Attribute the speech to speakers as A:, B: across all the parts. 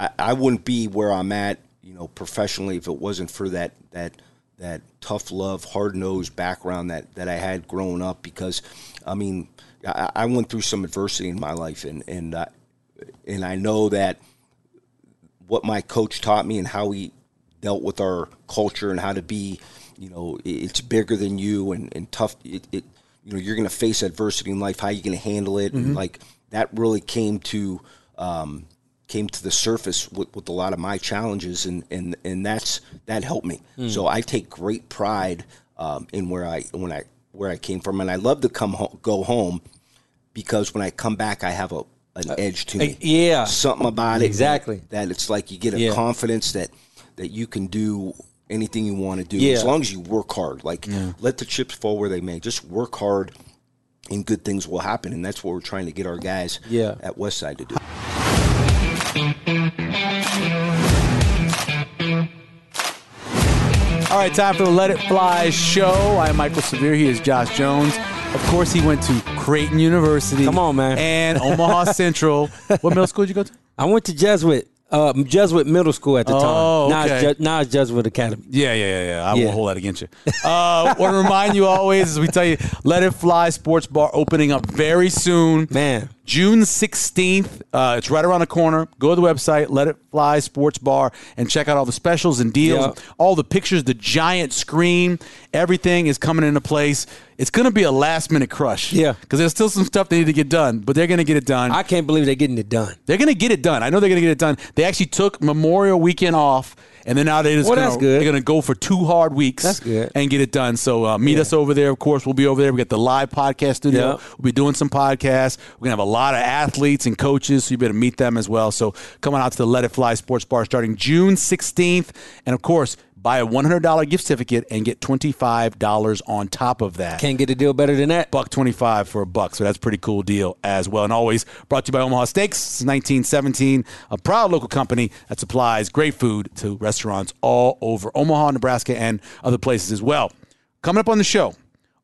A: I, I wouldn't be where I'm at, you know, professionally if it wasn't for that that that tough love, hard nosed background that that I had growing up. Because, I mean, I, I went through some adversity in my life, and and I, and I know that what my coach taught me and how he dealt with our culture and how to be, you know, i- it's bigger than you and, and tough. It, it, you know, you're going to face adversity in life. How you going to handle it? And like that really came to, um, came to the surface with, with a lot of my challenges and, and, and that's, that helped me. So I take great pride, um, in where I, when I, where I came from. And I love to come home, go home because when I come back, I have a, an edge to me
B: yeah.
A: something about it
B: Exactly.
A: that it's like you get a
B: Yeah.
A: confidence that that you can do anything you want to do
B: Yeah.
A: as long as you work hard like let the chips fall where they may just work hard and good things will happen and that's what we're trying to get our guys
B: Yeah.
A: at westside to do
B: All right, time for the Let It Fly show. I am Michael Severe. He is Josh Jones. Of course, he went to Creighton University.
C: Come on, man.
B: And Omaha Central. What middle school did you go to?
C: I went to Jesuit, uh, Jesuit Middle School at the time.
B: Oh,
C: Now it's,
B: okay.
C: Je- now it's Jesuit Academy.
B: Yeah, yeah, yeah, yeah. I
C: Yeah.
B: won't hold that against you. Uh, want to remind you always, as we tell you, Let It Fly Sports Bar opening up very soon.
C: Man.
B: June 16th. Uh, it's right around the corner. Go to the website, Let It Fly Sports Bar, and check out all the specials and deals,
C: Yeah.
B: all the pictures, the giant screen. Everything is coming into place. It's going to be a last minute crush.
C: Yeah.
B: Because there's still some stuff they need to get done, but they're going to get it done.
C: I can't believe they're getting it done.
B: They're gonna get it done. I know they're gonna get it done. They actually took Memorial Weekend off, and then now they're just
C: Well,
B: gonna,
C: that's good.
B: they're gonna go for two hard weeks
C: That's good.
B: and get it done. So uh, meet us over there. Of course, we'll be over there. We got the live podcast studio.
C: Yeah.
B: We'll be doing some podcasts. We're gonna have a lot of athletes and coaches, so you better meet them as well. So coming out to the Let It Fly Sports Bar starting June 16th, and of course. Buy a $100 gift certificate and get $25 on top of that
C: Can't get a deal better than that.
B: buck 25 for a buck so that's a pretty cool deal as well and always brought to you by omaha steaks since 1917 a proud local company that supplies great food to restaurants all over omaha nebraska and other places as well coming up on the show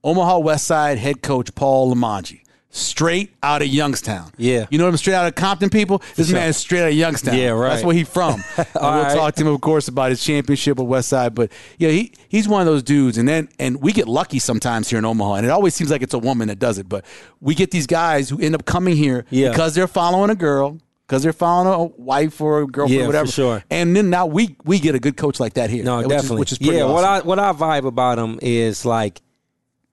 B: omaha west side head coach paul lamanji straight out of youngstown
C: Yeah.
B: you know him straight out of compton people this man is straight out of youngstown
C: Yeah, right.
B: that's where he from And
C: All
B: we'll
C: right.
B: talk to him of course about his championship with westside but yeah he, he's one of those dudes and then and we get lucky sometimes here in omaha and it always seems like it's a woman that does it but we get these guys who end up coming here
C: Yeah.
B: because they're following a girl because they're following a wife or a girlfriend
C: Yeah,
B: or
C: for
B: whatever
C: sure.
B: and then now we we get a good coach like that here
C: No,
B: which is-
C: definitely.
B: which is pretty
C: yeah. What
B: awesome.
C: I what I vibe about him is like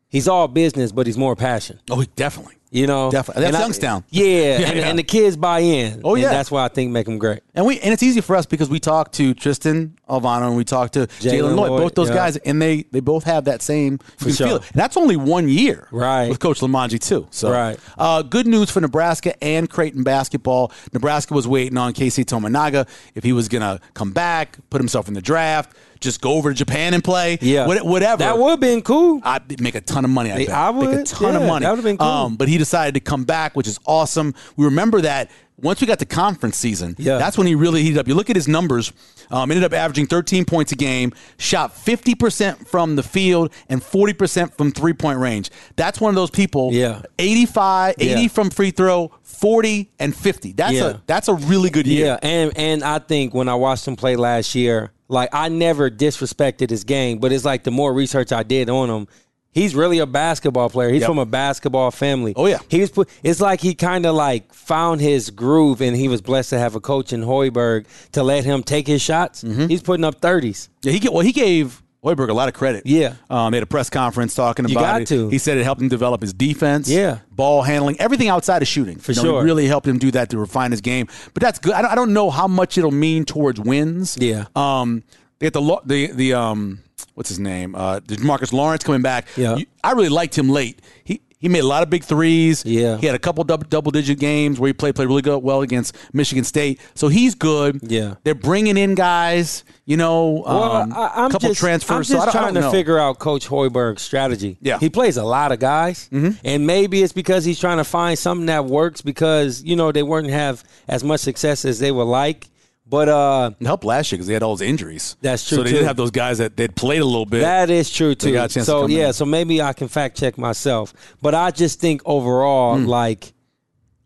C: he's all business, but he's more passion.
B: oh definitely
C: You know,
B: Definitely. That's
C: And I-
B: Youngstown.
C: Yeah,
B: Yeah,
C: and,
B: yeah.
C: and the kids buy in.
B: Oh,
C: And
B: yeah.
C: that's why I think make him great.
B: And we and it's easy for us because we talk to Tristan Alvano and we talk to Jalen
C: Jalen
B: Lloyd,
C: Lloyd,
B: both those
C: yeah.
B: guys, and they they both have that same you can
C: sure.
B: feel it. And that's only one year,
C: Right.
B: With Coach Lamanji too. So,
C: Right.
B: Uh, good news for Nebraska and Creighton basketball. Nebraska was waiting on Casey Tomanaga if he was gonna come back, put himself in the draft, just go over to Japan and play,
C: Yeah,
B: what- whatever.
C: That would have been cool.
B: I'd make a ton of money. I,
C: Hey,
B: bet.
C: I
B: make a
C: would.
B: ton of
C: Yeah,
B: money.
C: that
B: Um,
C: would've been cool.
B: but he decided to come back, which is awesome. We remember that once we got to conference season.
C: Yeah.
B: that's when he really heated up. You look at his numbers. Um, ended up averaging 13 points a game. Shot 50 percent from the field and 40 percent from three point range. That's one of those people.
C: Yeah.
B: 85, 80
C: Yeah.
B: from free throw, 40 and 50. That's
C: Yeah.
B: a that's a really good year.
C: Yeah, and and I think when I watched him play last year, like I never disrespected his game, but it's like the more research I did on him, he's really a basketball player. He's
B: Yep.
C: from a basketball family.
B: Oh, yeah.
C: he was. Put, it's like he kind of like found his groove, and he was blessed to have a coach in Hoiberg to let him take his shots.
B: Mm-hmm.
C: He's putting up thirties.
B: Yeah, he get well. He gave Hoiberg a lot of credit.
C: Yeah.
B: um, at a press conference talking
C: You
B: about
C: got
B: it.
C: to.
B: He said it helped him develop his defense.
C: Yeah.
B: ball handling, everything outside of shooting. For
C: sure.
B: really helped him do that to refine his game. But that's good. I don't, I don't know how much it'll mean towards wins.
C: Yeah.
B: Um, they get the lo- the the um, what's his name? Uh, Marcus Lawrence coming back.
C: Yeah.
B: You- I really liked him late. He. He made a lot of big threes.
C: Yeah.
B: he had a couple double double digit games where he played played really good, well against Michigan State. So he's good.
C: Yeah.
B: they're bringing in guys. You know,
C: Well,
B: um,
C: I, I'm
B: couple
C: just,
B: transfers.
C: I'm
B: so I
C: just
B: don't, I
C: trying
B: don't know.
C: to figure out Coach Hoiberg's strategy.
B: Yeah. Mm-hmm.
C: he plays a lot of guys, and maybe it's because he's trying to find something that works because you know they weren't have as much success as they would like. But uh,
B: It helped last year because they had all those injuries.
C: That's true,
B: So they
C: too.
B: did have those guys that they played a little bit.
C: that is true too.
B: got a chance to
C: so
B: come
C: yeah,
B: in. Hmm.
C: so maybe I can fact check myself. But I just think overall, like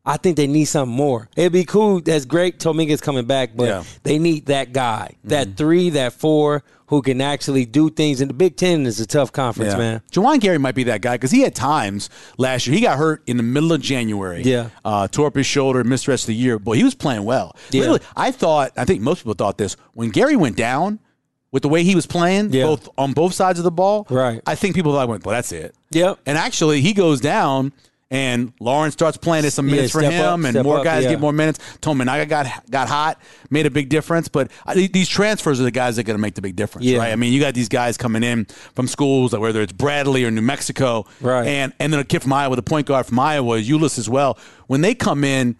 C: I think they need something more. It'd be cool. That's great. Tominga's coming back, but
B: Yeah. Mm-hmm.
C: they need that guy, that three, that four, who can actually do things. And the Big Ten is a tough conference, man.
B: Jawan Gary might be that guy because he had times last year. He got hurt in the middle of January.
C: Yeah.
B: Uh, tore up his shoulder, missed the rest of the year. But he was playing well.
C: Yeah.
B: Literally, I thought, I think most people thought this, when Gary went down with the way he was playing,
C: Yeah.
B: both on both sides of the ball,
C: Right.
B: I think people thought, went, well, that's it.
C: Yep.
B: And actually, he goes down. And Lawrence starts playing at some
C: Yeah,
B: minutes for
C: step up,
B: him, and
C: step
B: more
C: up,
B: guys
C: yeah.
B: get more minutes. Tominaga got got hot, made a big difference. But I, think these transfers are the guys that are going to make the big difference,
C: Yeah.
B: right? I mean, you got these guys coming in from schools, like whether it's Bradley or New Mexico,
C: Right.
B: And and then a kid from Iowa, the point guard from Iowa, Euless as well. When they come in,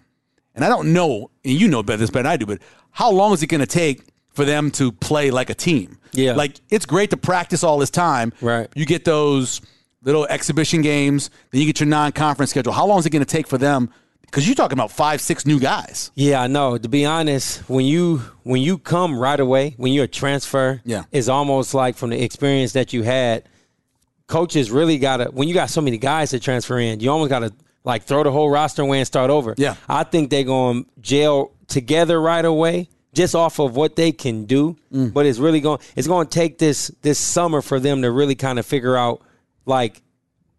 B: and I don't know, and you know better this better than I do, but how long is it going to take for them to play like a team?
C: Yeah.
B: like it's great to practice all this time,
C: Right.
B: You get those little exhibition games, then you get your non-conference schedule. How long is it going to take for them? Because you're talking about five, six new guys.
C: Yeah, I know. To be honest, when you when you come right away, when you're a transfer,
B: Yeah.
C: it's almost like from the experience that you had, coaches really gotta when you got so many guys to transfer in, you almost gotta like throw the whole roster away and start over.
B: Yeah.
C: I think they're going to jail together right away just off of what they can do.
B: Mm.
C: But it's really going it's going to take this this summer for them to really kind of figure out like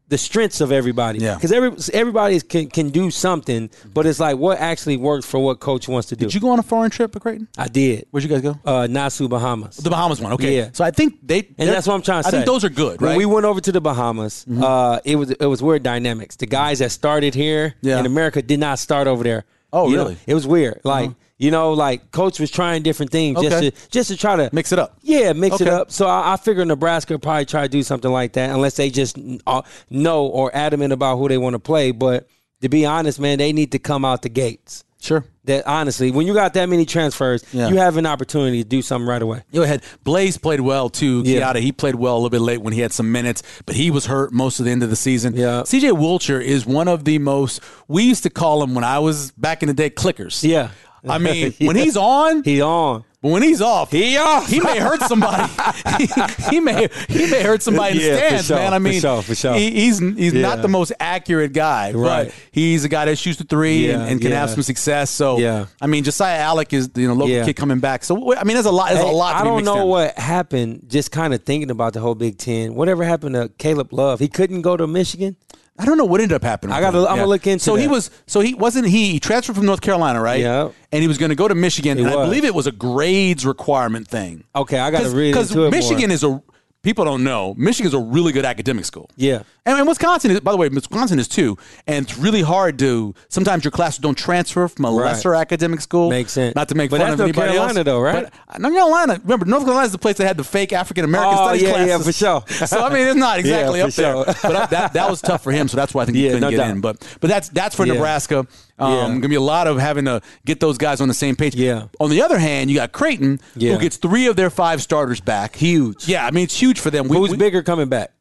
C: the strengths of everybody.
B: Yeah.
C: Cuz every, everybody is- can can do something, but it's like what actually works for what coach wants to do.
B: Did you go on a foreign trip, Creighton?
C: I did.
B: Where'd you guys go?
C: Uh Nassau Bahamas.
B: The Bahamas one. Okay.
C: Yeah.
B: So I think they
C: And that's what I'm trying to
B: I
C: say.
B: think those are good, right? Mm-hmm.
C: When we went over to the Bahamas, uh, it was it was weird dynamics. The guys that started here
B: Yeah.
C: in America did not start over there.
B: Oh,
C: You know,
B: really?
C: it was weird. Like you know, like coach was trying different things
B: Okay.
C: just to just to try to
B: Mix it up.
C: Yeah, mix it
B: Okay.
C: up. So I, I figure Nebraska would probably try to do something like that, unless they just n- uh, know or adamant about who they want to play. But to be honest, man, they need to come out the gates.
B: sure.
C: That honestly, when you got that many transfers,
B: Yeah.
C: you have an opportunity to do something right away.
B: Go ahead. Blaze played well too.
C: Yeah.
B: Kiata, he played well a little bit late when he had some minutes, but he was hurt most of the end of the season.
C: Yeah.
B: CJ Wilcher is one of the most we used to call him when I was back in the day clickers.
C: Yeah.
B: I mean, when
C: Yeah.
B: he's on,
C: He on.
B: But when he's off, he off. He may hurt somebody. he, he may he may hurt somebody in
C: Yeah,
B: the
C: for
B: stands,
C: sure,
B: man. I
C: for
B: mean,
C: sure, for sure.
B: he- he's he's not
C: Yeah.
B: the most accurate guy,
C: Right.
B: but he's a guy that shoots the three and,
C: Yeah,
B: and can
C: yeah.
B: have some success. So,
C: Yeah.
B: I mean, Josiah Alec is you know local
C: Yeah.
B: kid coming back. So I mean, there's a lot. There's a
C: Hey,
B: lot. To
C: I
B: be
C: don't
B: mixed
C: know
B: in.
C: what happened. Just kind of thinking about the whole Big Ten. Whatever happened to Caleb Love? He couldn't go to Michigan.
B: I don't know what ended up happening.
C: I
B: with
C: gotta-
B: him.
C: I'm gonna look into
B: So he
C: that.
B: was. So he wasn't. He, he transferred from North Carolina, right?
C: Yeah.
B: And he was going to go to Michigan,
C: He
B: and I
C: was.
B: believe it was a grades requirement thing.
C: Okay, I got to read
B: Because
C: into it
B: Michigan
C: more.
B: is a people don't know. Michigan's a really good academic school.
C: Yeah.
B: And, and Wisconsin is, by the way, Wisconsin is too. And it's really hard to sometimes your classes don't transfer from a
C: Right.
B: lesser academic school.
C: Makes sense.
B: Not to make
C: But
B: fun
C: that's
B: of
C: North
B: anybody
C: Carolina
B: else.
C: though, right?
B: But uh, North Carolina, remember, North Carolina is the place that had the fake African American
C: Oh,
B: studies
C: yeah,
B: classes.
C: yeah, for sure.
B: So I mean, it's not exactly
C: for
B: up there.
C: sure.
B: But I, that that was tough for him. So that's why I think he
C: Yeah,
B: couldn't
C: no
B: get
C: doubt.
B: in. But but that's that's for
C: Yeah.
B: Nebraska. Um,
C: Yeah.
B: Gonna be a lot of having to get those guys on the same page.
C: Yeah.
B: On the other hand, you got Creighton,
C: Yeah.
B: who gets three of their five starters back.
C: Huge.
B: Yeah, I mean it's huge for them. We-
C: Who's
B: we-
C: bigger coming back?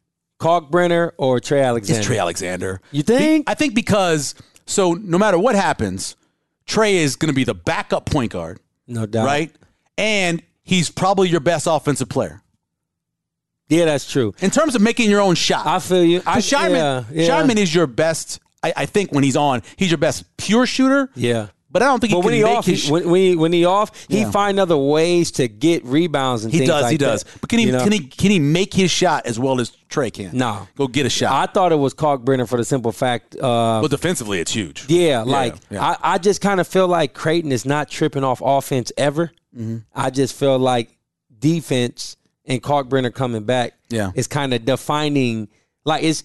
C: Kalkbrenner or Trey Alexander?
B: It's Trey Alexander.
C: You think?
B: Be- I think because so no matter what happens, Trey is going to be the backup point guard,
C: no doubt.
B: right? And he's probably your best offensive player
C: Yeah, that's true.
B: in terms of making your own shot.
C: I feel you. I,
B: Because Shireman,
C: yeah, yeah.
B: Shireman is your best. I, I think when he's on, he's your best pure shooter.
C: Yeah.
B: but I don't think
C: But
B: he can
C: when he
B: make
C: off,
B: his.
C: he, when, when he when he off, he
B: Yeah.
C: find other ways to get rebounds and
B: he
C: things
B: does.
C: like
B: he does.
C: that,
B: But can he
C: you know?
B: can he can he make his shot as well as Trey can?
C: No.
B: go get a shot.
C: I thought it was Kalkbrenner for the simple fact uh,
B: well, defensively, it's huge.
C: Yeah, like
B: yeah.
C: I, I just kind of feel like Creighton is not tripping off offense ever.
B: Mm-hmm.
C: I just feel like defense and Kalkbrenner coming back
B: Yeah.
C: is kind of defining like it's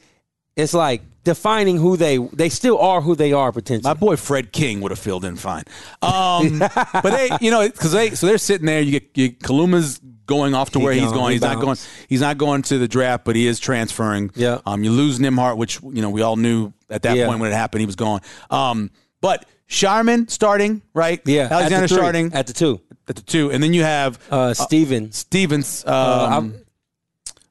C: it's like defining who they they still are who they are
B: My
C: potentially.
B: boy Fred King would have filled in fine, um, but they, you know, because they, so they're sitting there. You get you, Kaluma's going off to where he's
C: gone.
B: going.
C: He
B: he's not going.
C: bounced.
B: He's not going to the draft, but he is transferring.
C: Yeah.
B: Um, you lose Nimhart, which you know we all knew at that
C: Yeah.
B: point when it happened, he was gone. Um, but Sharman starting right.
C: yeah, at the
B: Alexander
C: three,
B: starting at,
C: at the two.
B: the two, and then you have
C: Uh, Stevens.
B: Stevens. Um,
C: I'm-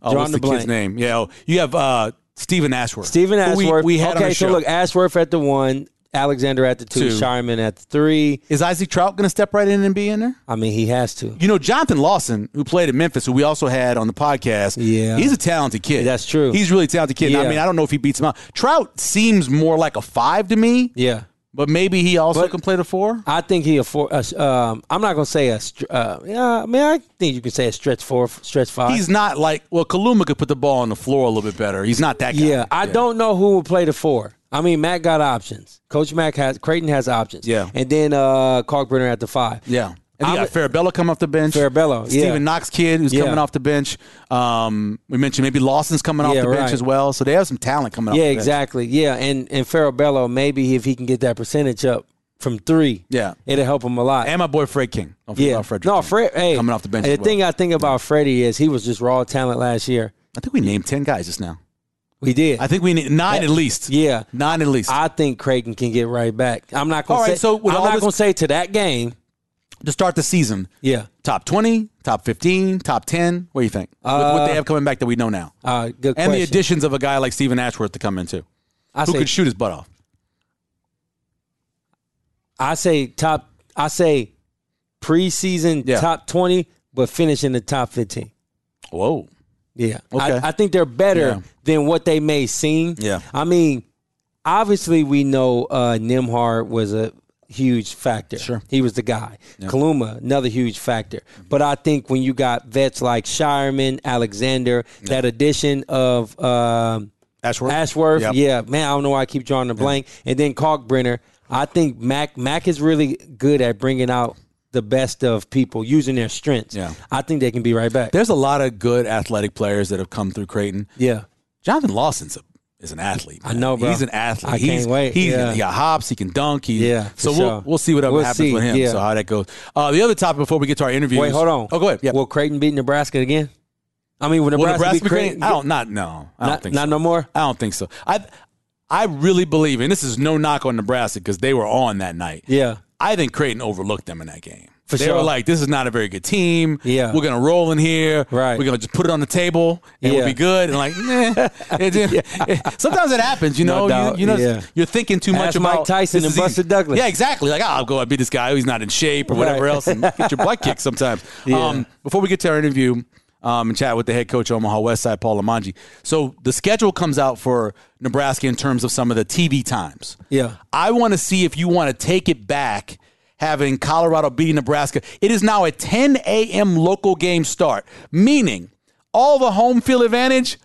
B: oh,
C: drawing
B: what's
C: the
B: the kid's
C: blank.
B: name? Yeah, oh, you have uh, Stephen Ashworth.
C: Stephen
B: who we-
C: Ashworth.
B: We, had on
C: okay,
B: the
C: so
B: show.
C: look, Ashworth at the one, Alexander at the two,
B: Two.
C: Shireman at the three.
B: Is Isaac Trout going to step right in and be in there?
C: I mean, he has to.
B: You know, Jonathan Lawson, who played at Memphis, who we also had on the podcast,
C: Yeah.
B: he's a talented kid.
C: That's true.
B: He's a really talented kid. And I
C: Yeah.
B: mean, I don't know if he beats him out. Trout seems more like a five to me,
C: Yeah,
B: But maybe he also
C: But-
B: can play the four.
C: I think he afford. Uh, um, I'm not gonna say a. str- Uh, yeah, I mean, I think you can say a stretch four, stretch five.
B: He's not like well, Kaluma could put the ball on the floor a little bit better. He's not that guy.
C: yeah, I don't know who will play the four. I mean, Mac got options. Coach Mac has Creighton has options.
B: Yeah.
C: and then uh, Kalkbrenner at the five.
B: Yeah. And
C: I
B: you got Farabella come off the bench.
C: Farabello, yeah.
B: Steven Knox kid who's
C: Yeah.
B: coming off the bench. Um, we mentioned maybe Lawson's coming off
C: Yeah,
B: the bench
C: right.
B: as well. So they have some talent coming off
C: Yeah,
B: the bench.
C: exactly. Yeah, and and Farabello maybe if he can get that percentage up from three,
B: Yeah.
C: it'll help him a lot.
B: And my boy Fred King. Don't forget
C: yeah,
B: about Fred
C: no,
B: King.
C: Fred. Hey,
B: Coming off the bench
C: and
B: as
C: The
B: well.
C: thing I think about Freddie is he was just raw talent last year.
B: I think we named ten guys just now.
C: We did.
B: I think we need nine at least.
C: yeah.
B: Nine at least.
C: I think Creighton can get right back. I'm not gonna
B: All
C: say.
B: right, so
C: I'm
B: with all
C: not
B: this-
C: gonna say to that game.
B: to start the season.
C: Yeah,
B: Top twenty, top fifteen, top ten. What do you think? With what they have coming back that we know now.
C: uh, good Uh, question.
B: And the additions of a guy like Steven Ashworth to come in too.
C: I
B: Who
C: say,
B: could shoot his butt off.
C: I say top. I say preseason
B: Yeah.
C: top twenty, but finish in the top fifteen.
B: Whoa.
C: Yeah.
B: Okay.
C: I, I think they're better
B: Yeah.
C: than what they may seem.
B: Yeah.
C: I mean, obviously we know uh Nimhard was a huge factor.
B: Sure. Mm-hmm.
C: He was the guy. Kaluma, another huge factor. But I think when you got vets like Shireman, Alexander, that addition of um
B: Ashworth.
C: Ashworth,
B: Yep.
C: yeah, man, I don't know why I keep drawing the blank. And then Kalkbrenner, I think Mac Mac is really good at bringing out the best of people using their strengths.
B: Yeah.
C: I think they can be right back.
B: There's a lot of good athletic players that have come through Creighton.
C: yeah.
B: Jonathan Lawson's a, is an athlete. man.
C: know, bro.
B: He's an athlete.
C: I
B: he's,
C: can't wait.
B: he's-
C: Yeah.
B: He got hops. He can dunk. He,
C: Yeah,
B: So
C: for
B: we'll
C: sure.
B: we'll see what
C: We'll
B: happens
C: see,
B: with him.
C: yeah.
B: So how that goes. Uh, the other topic before we get to our interview.
C: Wait, hold on.
B: Oh, go ahead. Yeah.
C: Will Creighton beat Nebraska again? I mean, will
B: Will
C: Nebraska,
B: Nebraska
C: beat Creighton?
B: Creighton? I don't. Not no. I don't
C: not,
B: think
C: not
B: so.
C: no more.
B: I don't think so. I I really believe, and this is no knock on Nebraska because they were on that night.
C: Yeah,
B: I think Creighton overlooked them in that game.
C: For
B: they
C: sure.
B: were like, this is not a very good team.
C: Yeah.
B: We're going to roll in here.
C: Right.
B: We're going to just put it on the table and we'll
C: Yeah.
B: be good. And like, eh. It didn't- Sometimes it happens, you
C: No
B: know.
C: doubt,
B: you, you know,
C: yeah.
B: you're thinking too much
C: Ask
B: about
C: Mike Tyson and
B: this is easy.
C: Buster Douglas.
B: Yeah, exactly. Like, oh, I'll go out beat this guy. He's not in shape or whatever
C: Right.
B: else. And get your butt kicked sometimes. Um, before we get to our interview um, and chat with the head coach of Omaha Westside, Paul Lamanji. So the schedule comes out for Nebraska in terms of some of the TV times.
C: Yeah.
B: I want to see if you want to take it back, having Colorado beating Nebraska. It is now a 10 a.m. local game start, meaning all the home field advantage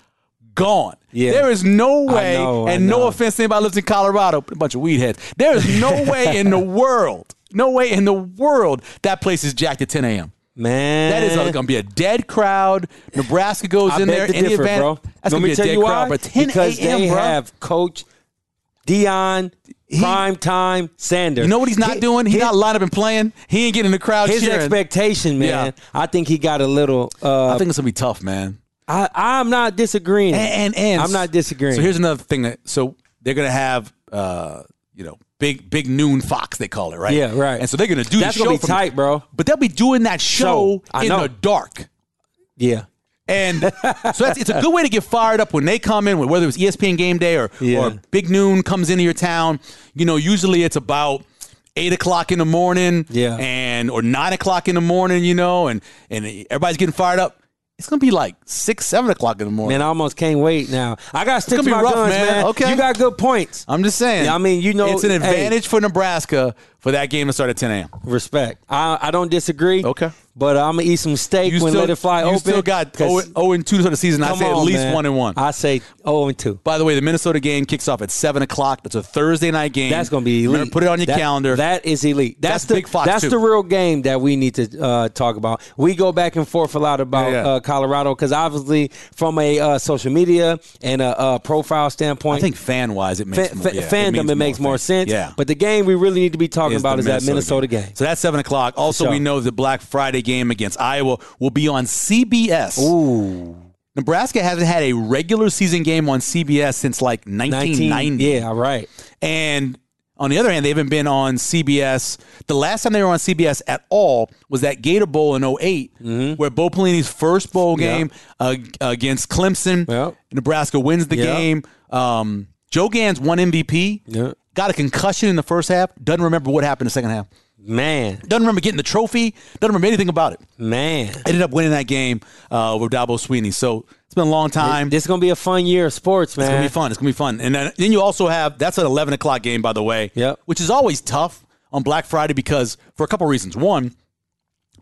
B: gone.
C: Yeah.
B: There is no way,
C: know, I
B: and no
C: know.
B: offense to anybody who lives in Colorado, but a bunch of weed heads. There is no way in the world, no way in the world that place is jacked at 10 a.m.
C: man.
B: That is going to be a dead crowd. Nebraska goes
C: Eh. I
B: in
C: beg
B: there.
C: to
B: any
C: differ,
B: advan-
C: bro.
B: That's
C: Let
B: going
C: me
B: to be a
C: tell
B: dead
C: you
B: crowd.
C: why.
B: But 10
C: because
B: a.m.
C: they
B: bro.
C: have Coach Dion Prime Time Sanders.
B: You know what he's not
C: Hi-
B: doing? He's
C: his,
B: not lined up and playing. He ain't getting the crowd
C: His
B: cheering.
C: expectation, man.
B: Yeah.
C: I think he got a little.
B: I
C: Uh,
B: think it's gonna be tough, man.
C: I, I'm not disagreeing.
B: And and, and-
C: I'm not disagreeing.
B: So here's another thing that so they're gonna have uh you know big big noon Fox they call it right
C: Yeah, right.
B: and so they're gonna do
C: That's
B: the show
C: gonna be
B: from-
C: tight, bro.
B: but they'll be doing that show
C: So, I
B: in
C: know.
B: the dark.
C: yeah,
B: And so that's, it's a good way to get fired up when they come in, whether it's E ESPN Game Day or,
C: Yeah.
B: or Big Noon comes into your town. You know, usually it's about eight o'clock in the morning,
C: Yeah.
B: and or nine o'clock in the morning. You know, and and everybody's getting fired up. It's gonna be like six, seven o'clock in the morning.
C: man. I almost can't wait now. I got to stick
B: gonna
C: to
B: be
C: my
B: rough,
C: guns,
B: man.
C: man.
B: Okay.
C: you got good points.
B: I'm just saying.
C: Yeah, I mean, you know,
B: it's an
C: hey.
B: advantage for Nebraska for that game to start at 10 a.m.
C: Respect. I, I don't disagree.
B: Okay.
C: But I'm gonna eat some steak
B: You
C: when
B: still
C: let it fly
B: you
C: open.
B: still got
C: 'cause-
B: 0 and- 0 and two for the season. I
C: come
B: say at
C: on,
B: least
C: man.
B: one and one.
C: I say oh and two.
B: By the way, the Minnesota game kicks off at seven o'clock. That's a Thursday night game.
C: That's gonna be elite.
B: Remember, put it on your
C: That-
B: calendar.
C: That is elite. That's,
B: That's
C: the
B: Big Fox,
C: that's
B: too.
C: the real game that we need to uh, talk about. We go back and forth a lot about
B: Yeah, yeah.
C: Uh, Colorado because obviously from a uh, social media and a uh, profile standpoint.
B: I think fan wise, it makes
C: fa-
B: more,
C: fa-
B: yeah,
C: fandom, it,
B: means
C: makes more
B: fan-
C: sense.
B: Yeah,
C: But the game we really need to be talking about
B: the
C: is that Minnesota game.
B: So that's seven o'clock. Also,
C: sure.
B: we know the Black Friday game against Iowa will be on CBS. Ooh. Nebraska hasn't had a regular season game on CBS since like
C: 19.
B: 1990.
C: Yeah, all right.
B: And on the other hand, they haven't been on CBS. The last time they were on CBS at all was that Gator Bowl in 8 where Bo Pelini's first bowl
C: Mm-hmm. Yeah.
B: game uh, against Clemson.
C: Yeah.
B: Nebraska wins the
C: Yeah.
B: game. Um, Joe Gans won MVP.
C: Yeah.
B: Got a concussion in the first half. Doesn't remember what happened in the second half.
C: Man,
B: Doesn't remember getting the trophy. Doesn't remember anything about it.
C: man.
B: Ended up winning that game uh, with Dabo Sweeney. So it's been a long time.
C: This is gonna be a fun year of sports, man.
B: It's gonna be fun. It's gonna be fun. And then, then you also have that's an eleven o'clock game, by the way.
C: Yep.
B: Which is always tough on Black Friday because for a couple reasons. One,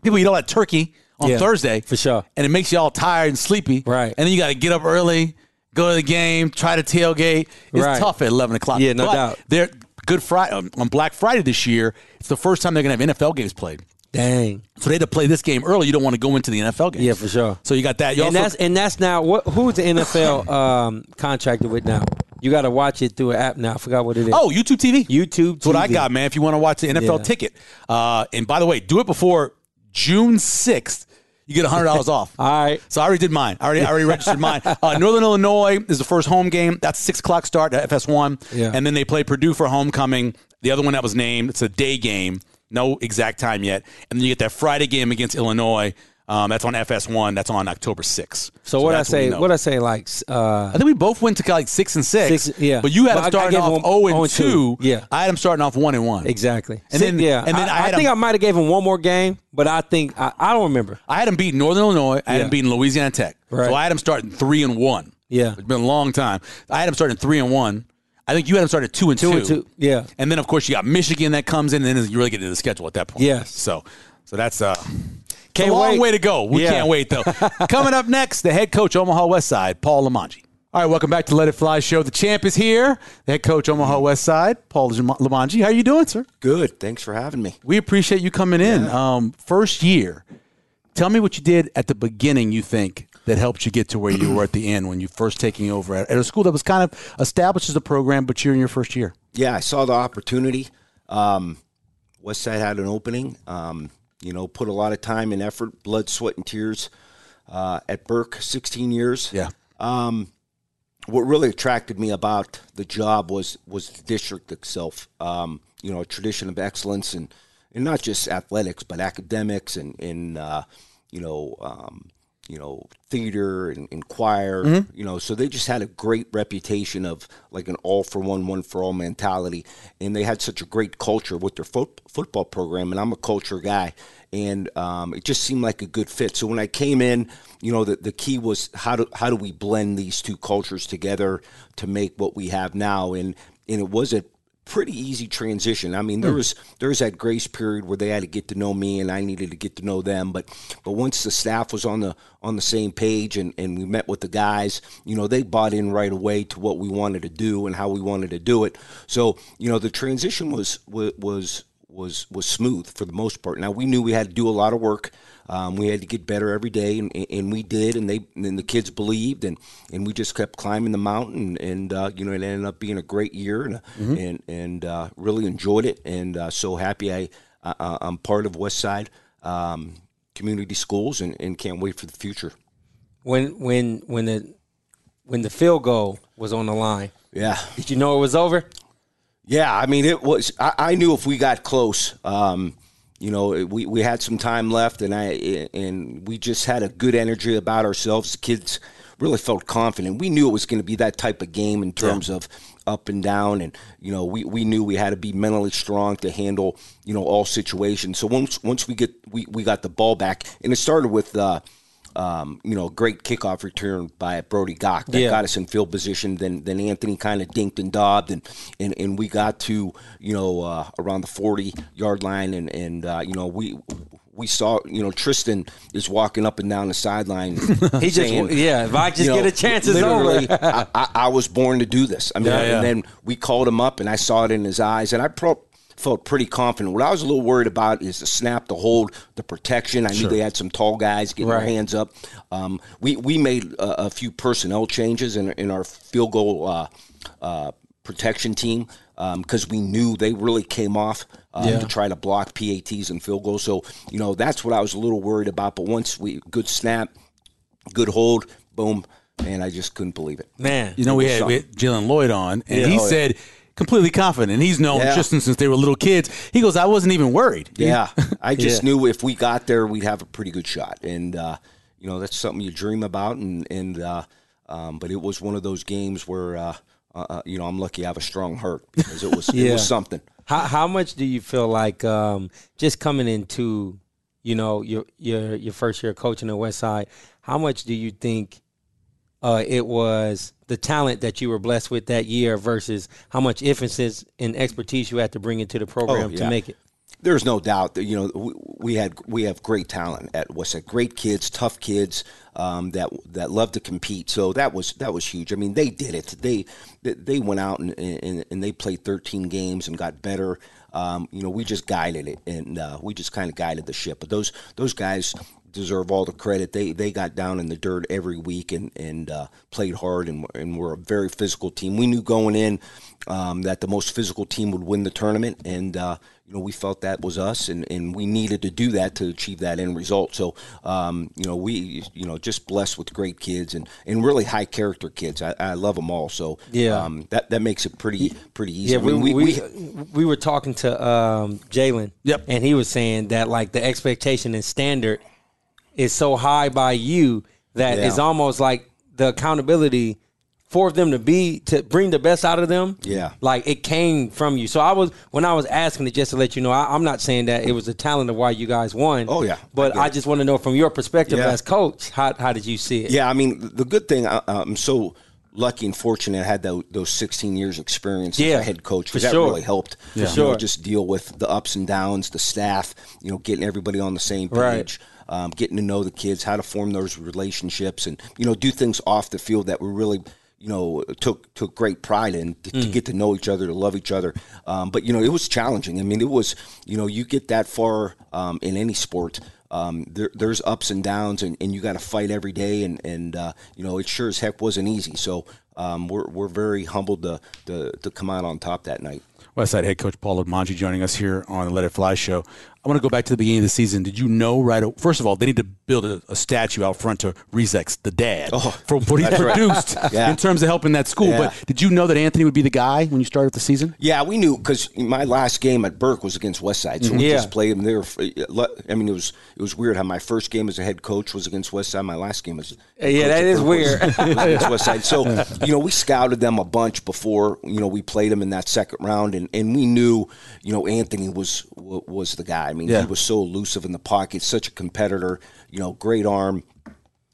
B: people eat all that turkey on
C: Yeah,
B: Thursday
C: for sure.
B: and it makes you all tired and sleepy.
C: Right.
B: And then you got to get up early, go to the game, try to tailgate. It's
C: Right.
B: tough at eleven o'clock.
C: Yeah, no
B: But
C: doubt.
B: They're Good Friday on Black Friday this year. It's the first time they're gonna have NFL games played.
C: Dang.
B: So they had to play this game early. You don't want to go into the NFL game.
C: Yeah, for sure.
B: So you got that. You
C: and
B: also,
C: that's and that's now what who's the NFL um, contracted with now? You got to watch it through an app now. I forgot what it is.
B: oh YouTube TV.
C: YouTube.
B: That's what I got, man. If you want to watch the NFL
C: Yeah.
B: ticket, uh, and by the way, do it before June sixth. You get hundred dollars off.
C: All right.
B: So I already did mine. I already, I already registered mine. Uh, Northern Illinois is the first home game. That's six o'clock start at FS1,
C: Yeah.
B: and then they play Purdue for homecoming. The other one that was named. It's a day game. No exact time yet. And then you get that Friday game against Illinois. Um, that's on FS1. That's on October sixth.
C: So, what I
B: that's we
C: say?
B: know.
C: What I say? Like s- uh,
B: I think we both went to like six and six.
C: Six, yeah.
B: But you had
C: But I- I
B: them starting
C: gave
B: off
C: them
B: zero and
C: 0
B: two.
C: and two. Yeah.
B: I had them starting off one and one.
C: exactly.
B: And
C: Si-
B: then-
C: yeah.
B: and then I had
C: think
B: him-
C: I might have gave him one more game, but I think I, I don't remember.
B: I had them beat Northern Illinois. I had
C: Yeah.
B: them beating Louisiana Tech.
C: Right.
B: So I had them starting three and one.
C: Yeah.
B: it's been a long time. I had them starting three and one. I think you had them starting two and two.
C: and two, yeah.
B: And then of course you got Michigan that comes in, and then you really get into the schedule at that point.
C: Yes.
B: So, so that's uh, it's a
C: Can't
B: long
C: wait.
B: way to go. We
C: Yeah.
B: can't wait though. Coming up next, the head coach Omaha Westside, Paul Lamanji. All right, welcome back to Let It Fly Show. The champ is here. The head coach Omaha Westside, Paul Lamanji. How you doing, sir?
A: Good. Thanks for having me.
B: We appreciate you coming in. Um, first year, tell me what you did at the beginning. You think that helped you get to where you were at the end when you first taking over at, at a school that was kind of established as a program, but you're in your first year.
A: Yeah, I saw the opportunity. Um, Westside had an opening. Um, you know, put a lot of time and effort, blood, sweat, and tears uh, at Burke, 16 years. what really attracted me about the job was was the district itself. Um, you know, a tradition of excellence and and not just athletics, but academics and and uh, you know um, you know theater and, and choir. You know, so they just had a great reputation of like an all for one, one for all mentality, and they had such a great culture with their foot, football program. And I'm a culture guy, and um, it just seemed like a good fit. So when I came in, you know, the, the key was how do how do we blend these two cultures together to make what we have now? And and it was a pretty easy transition. I mean, there was there was that grace period where they had to get to know me and I needed to get to know them. But but once the staff was on the on the same page and, and we met with the guys, you know, they bought in right away to what we wanted to do and how we wanted to do it. So, you know, the transition was was was was was smooth for the most part. Now we knew we had to do a lot of work. Um, we had to get better every day, and, and we did. And they and the kids believed, and, and we just kept climbing the mountain. And uh, you know, it ended up being a great year, and and and uh, really enjoyed it. And uh, so happy I, I I'm part of Westside um, Community Schools, and, and can't wait for the future.
C: When when when the when the field goal was on the line,
A: Yeah.
C: did you know it was over?
A: Yeah, I mean, it was. I, I knew if we got close, um, you know, it- we, we had some time left, and I and we just had a good energy about ourselves. The kids really felt confident. We knew it was going to be that type of game in terms of up and down, and you know, we, we knew we had to be mentally strong to handle you know all situations. So once once we get we, we got the ball back, and it started with. Uh, um, you know, great kickoff return by Brody Gock that
C: Yeah.
A: got us in field position. Then then Anthony kind of dinked and dobbed, and, and and we got to you know uh, around the forty yard line, and and uh, you know we. We saw, you know, Tristan is walking up and down the sideline.
C: He just yeah. If I just
A: you know,
C: get a chance, it's over.
A: literally, I, I, I was born to do this. I mean,
B: Yeah, yeah.
A: and then we called him up, and I saw it in his eyes, and I pro- felt pretty confident. What I was a little worried about is the snap, the hold, the protection. I knew they had some tall guys getting
C: Right.
A: their hands up. Um, we we made a, a few personnel changes in in our field goal uh, uh, protection team because we knew they really came off. Um,
C: Yeah.
A: To try to block PATs and field goals, so you know that's what I was a little worried about. But once we good snap, good hold, boom, and I just couldn't believe it.
C: Man,
B: You know, we had,
A: Something.
B: we had Jalen Lloyd on, and
A: Yeah.
B: he
A: Oh, yeah.
B: said completely confident. And he's known
A: Yeah.
B: Tristan since they were little kids. He goes, I wasn't even worried.
A: Yeah, I just
C: Yeah.
A: knew if we got there, we'd have a pretty good shot, and uh, you know that's something you dream about, and and uh, um, but it was one of those games where uh, uh, uh, you know I'm lucky I have a strong heart because it was it
C: Yeah.
A: was something.
C: How how much do you feel like um, just coming into you know your your your first year coaching at Westside? How much do you think uh, it was the talent that you were blessed with that year versus how much emphasis and expertise you had to bring into the program
A: Oh,
C: to
A: yeah.
C: make it?
A: there's no doubt that you know we, we had we have great talent at Westside, great kids, tough kids um, that that love to compete. So that was that was huge. I mean, they did it. They they- they went out and, and, and they played 13 games and got better. Um, you know, we just guided it and uh, we just kind of guided the ship. But those those guys deserve all the credit. They they got down in the dirt every week and and uh, played hard and and were a very physical team. We knew going in um, that the most physical team would win the tournament, and uh, you know we felt that was us, and, and we needed to do that to achieve that end result. So um, you know we you know just blessed with great kids and, and really high character kids. I, I love them all. So
C: Yeah.
A: um, that that makes it pretty pretty easy.
C: Yeah,
A: I
C: we
A: mean,
C: we, we, were talking to um, Jalen.
B: Yep.
C: and he was saying that like the expectation and standard is so high by you that
A: Yeah.
C: it's almost like the accountability for them to be to bring the best out of them.
A: Yeah.
C: like it came from you. So I was when I was asking it just to let you know, I, I'm not saying that it was the talent of why you guys won.
A: Oh, yeah. I
C: but
A: get
C: I,
A: it.
C: just want to know from your perspective
A: Yeah.
C: as coach, how how did you see it?
A: Yeah, I mean, the good thing I, I'm so lucky and fortunate I had tho- those 16 years experience as
C: Yeah,
A: a head coach
C: for
A: because that
C: sure.
A: really helped.
C: For
A: you
C: sure.
A: know, just deal with the ups and downs, the staff, you know, getting everybody on the same page.
C: Right.
A: Um, getting to know the kids, how to form those relationships, and you know, do things off the field that we really, you know, took took great pride in to, to get to know each other, to love each other. Um, but you know, it was challenging. I mean, it was, you know, you get that far um, in any sport, um, there, there's ups and downs, and, and you got to fight every day, and and uh, you know, it sure as heck wasn't easy. So um, we're we're very humbled to, to to come out on top that night.
B: Westside head coach Paul Odmanji joining us here on the Let It Fly show. I want to go back to the beginning of the season. Did you know right? a- First of all, they need to build a, a statue out front to Rezex, the dad, for what he produced
A: Oh, Yeah.
B: in terms of helping that school.
A: Yeah.
B: But did you know that Anthony would be the guy when you started the season?
A: Yeah, we knew because my last game at Burke was against Westside, so we
C: Mm-hmm. Yeah.
A: just played them there. I mean, it was it was weird how my first game as a head coach was against Westside. My last game as
C: Uh, Yeah, that is weird.
A: it's Westside. So you know, we scouted them a bunch before you know we played them in that second round, and, and we knew you know Anthony was wa- was the guy. I mean,
B: Yeah.
A: he was so elusive in the pocket, such a competitor. You know, great arm.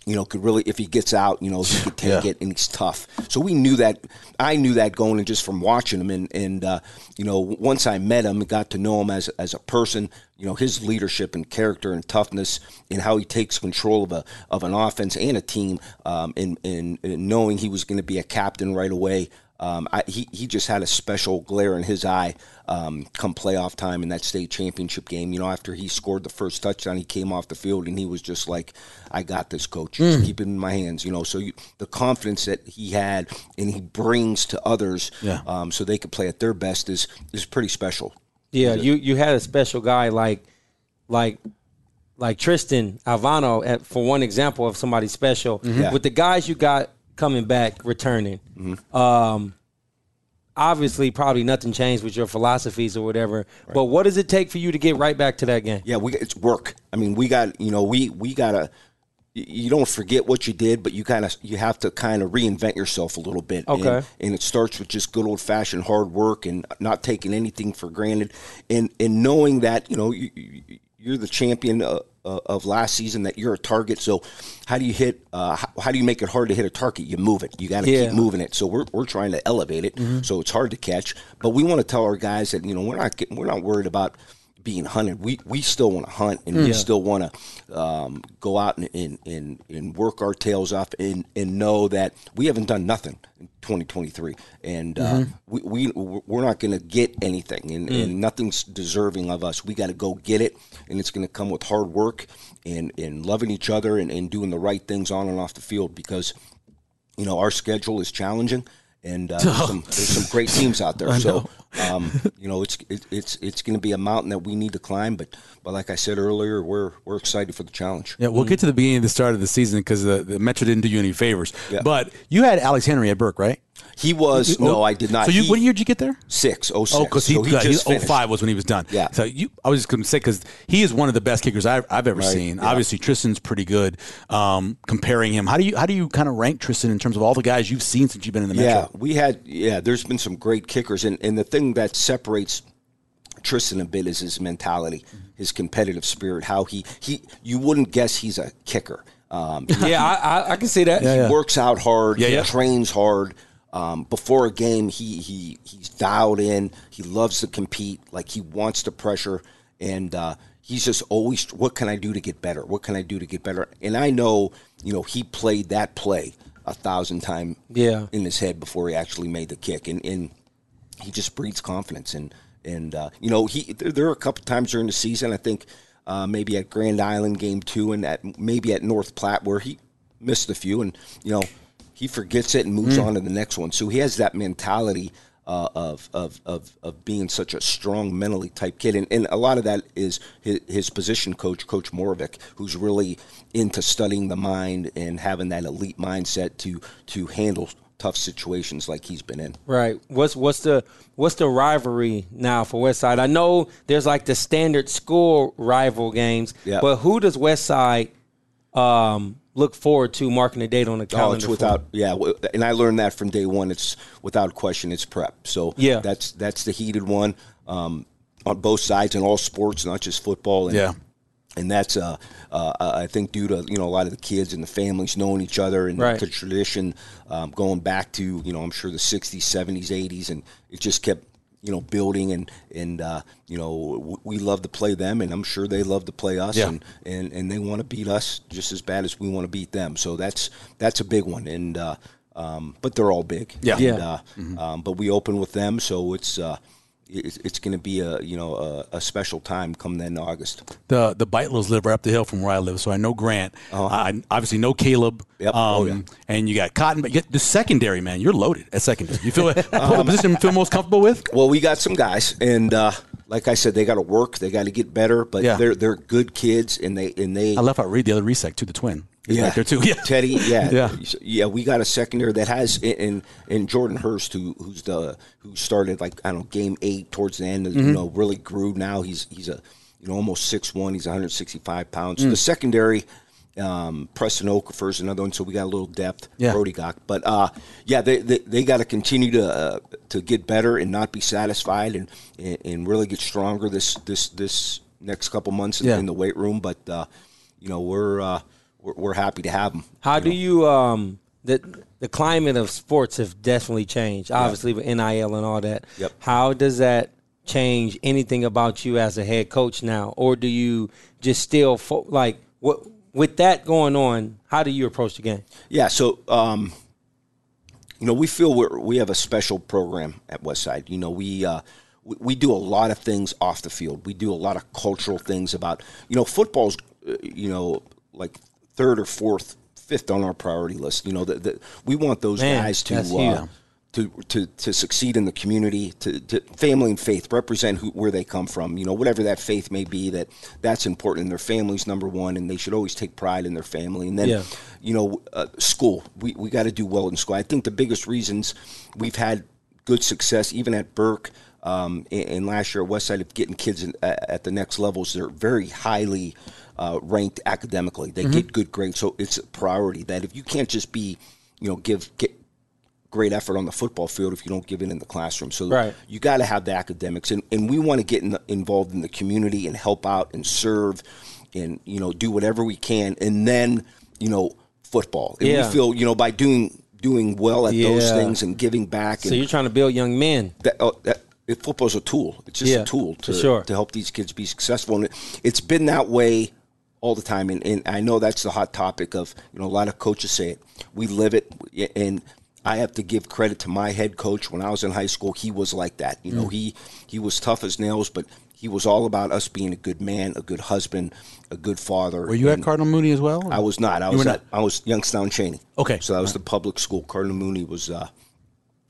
A: You know, could really if he gets out, you know, he could take
B: Yeah.
A: it, and he's tough. So we knew that. I knew that going in just from watching him, and and uh, you know, once I met him and got to know him as as a person, you know, his leadership and character and toughness, and how he takes control of a of an offense and a team, um, and, and and knowing he was going to be a captain right away. Um, I, he, he just had a special glare in his eye um, come playoff time in that state championship game. You know, after he scored the first touchdown, he came off the field and he was just like, I got this, coach. Just keep it in my hands. You know, so you, the confidence that he had and he brings to others
B: Yeah.
A: um, so they could play at their best is, is pretty special.
C: Yeah, you you had a special guy like like like Tristan Alvano at, for one example of somebody special
A: Yeah.
C: with the guys you got coming back returning. Um obviously probably nothing changed with your philosophies or whatever. But what does it take for you to get right back to that game?
A: Yeah, we it's work. I mean, we got you know we we gotta. y- You don't forget what you did, but you kind of you have to kind of reinvent yourself a little bit. And-
C: Okay.
A: and it starts with just good old fashioned hard work and not taking anything for granted, and and knowing that you know you, you- you're the champion uh, uh, of last season, that you're a target. So how do you hit? Uh, how, how do you make it hard to hit a target? You move it. You got to
C: Yeah.
A: keep moving it. So we're, we're trying to elevate it. So it's hard to catch, but we want to tell our guys that you know we're not getting, we're not worried about being hunted. We we still want to hunt and we still want to um, go out and, and and and work our tails off and and know that we haven't done nothing in 2023 and uh, we, we we're not going to get anything and, and nothing's deserving of us. We got to go get it and it's going to come with hard work and and loving each other and, and doing the right things on and off the field because you know, our schedule is challenging, and uh, there's, some, there's some great teams out there. so, um, you know, it's it, it's it's going to be a mountain that we need to climb. But but like I said earlier, we're we're excited for the challenge.
B: Yeah, we'll get to the beginning of the start of the season because the, the Metro didn't do you any favors. But you had Alex Henry at Burke, right?
A: He was no, I did not.
B: So you,
A: He-
B: what year did you get there?
A: Six oh six.
B: Oh, because he,
A: so
B: got- he,
A: just finished.
B: 05 was when he was done.
A: Yeah.
B: So you, I was just going to say because he is one of the best kickers I've, I've ever seen. Obviously, Tristan's pretty good. Um, comparing him, how do you how do you kind of rank Tristan in terms of all the guys you've seen since you've been in the
A: Yeah,
B: Metro?
A: we had yeah. There's been some great kickers, and and the thing that separates Tristan a bit is his mentality,
B: Mm-hmm.
A: his competitive spirit. How he he you wouldn't guess he's a kicker. Um,
C: Yeah, I, I, I can see that.
A: he works out hard.
B: Yeah,
A: he
B: yeah.
A: trains hard. Um, before a game, he he he's dialed in. He loves to compete. Like he wants the pressure, and uh, he's just always, what can I do to get better? What can I do to get better? And I know, you know, he played that play a thousand times.
C: Yeah.
A: in his head before he actually made the kick, and and he just breeds confidence and and uh, you know he there, there are a couple times during the season I think uh, maybe at Grand Island game two and at maybe at North Platte where he missed a few and you know he forgets it and moves on to the next one so he has that mentality uh, of, of of of being such a strong mentally type kid and, and a lot of that is his, his position coach coach Moravec who's really into studying the mind and having that elite mindset to to handle tough situations like he's been in
C: Right. What's what's the what's the rivalry now for West Side? I know there's like the standard school rival games,
A: Yeah.
C: but who does West Side um, look forward to marking a date on the
A: Oh,
C: calendar?
A: it's
C: for?
A: without yeah, w- and I learned that from day one. It's without question. It's prep. So
C: Yeah.
A: that's that's the heated one um, on both sides in all sports, not just football. And,
B: Yeah.
A: and that's uh, uh, I think due to you know a lot of the kids and the families knowing each other and
C: Right.
A: the tradition um, going back to you know I'm sure the 60s, 70s, 80s, and it just kept you know building and and uh, you know w- we love to play them and I'm sure they love to play us
B: Yeah.
A: and and and they want to beat us just as bad as we want to beat them. So that's that's a big one, and uh, um, but they're all big.
B: Yeah. Mm-hmm.
A: And,
C: Yeah.
A: uh, um, but we open with them, so it's uh, it's, it's going to be a you know a, a special time come then August.
B: the the Beitlos live right up the hill from where I live, so I know Grant. I obviously know Caleb.
A: Uh-huh. Yep.
B: Um,
A: Oh, yeah.
B: And you got Cotton, but you got the secondary man, you're loaded at secondary. You feel
A: Um,
B: the position you feel most comfortable with?
A: Well, we got some guys, and uh, like I said, they got to work, they got to get better, but
B: Yeah.
A: they're they're good kids, and they and they
B: I left out Reed, the other resec too, the twin. He's
A: yeah.
B: back there too. Yeah.
A: Teddy. Yeah,
B: Yeah.
A: yeah. We got a secondary that has and and Jordan Hurst, who who's the who started like I don't know game eight towards the end. Of,
B: Mm-hmm.
A: You know, really grew. Now he's he's a you know almost six one. He's 165 pounds.
B: Mm.
A: The secondary. Um, Preston Okafer is another one, so we got a little depth.
B: Yeah.
A: Brody Gok, but uh, yeah, they they, they got to continue to uh, to get better and not be satisfied and, and and really get stronger this this this next couple months in,
B: Yeah.
A: in the weight room. But uh, you know, we're uh, we're, we're happy to have them.
C: How do you um the the climate of sports have definitely changed, obviously with NIL and all that.
A: Yep.
C: How does that change anything about you as a head coach now, or do you just still fo- like what with that going on? How do you approach the game?
A: Yeah, so um, you know, we feel we we have a special program at Westside. You know, we uh, we, we do a lot of things off the field. We do a lot of cultural things about you know football's uh, you know like third or fourth, fifth on our priority list. You know, the, the, we want those
C: Man,
A: guys to
C: that's
A: uh,
C: huge.
A: to, to to succeed in the community, to, to family and faith represent who, where they come from. You know, whatever that faith may be, that that's important. And their family's number one, and they should always take pride in their family. And then,
C: Yeah.
A: you know, uh, school. We we got to do well in school. I think the biggest reasons we've had good success, even at Burke. Um, and, and last year at Westside of getting kids in, at, at the next levels, they're very highly uh, ranked academically. They get good grades, so it's a priority that if you can't just be, you know, give get great effort on the football field if you don't give it in the classroom. So
C: Right.
A: you got to have the academics, and, and we want to get in the, involved in the community and help out and serve, and you know do whatever we can, and then you know football. And
C: Yeah.
A: we feel you know by doing doing well at those
C: Yeah.
A: things and giving back. And
C: So you're trying to build young men.
A: that, oh, that it, football's a tool. It's just
C: Yeah,
A: a tool to
C: for sure.
A: to help these kids be successful, and it, it's been that way all the time. And, and I know that's the hot topic of you know a lot of coaches say it. We live it, and I have to give credit to my head coach. When I was in high school, he was like that. You
B: Mm.
A: know, he he was tough as nails, but he was all about us being a good man, a good husband, a good father.
B: Were you at
A: And
B: Cardinal Mooney as well?
A: I was not. I
B: were
A: was
B: not?
A: at, I was Youngstown Cheney.
B: Okay. Uh-huh.
A: so that was the public school. Cardinal Mooney was uh,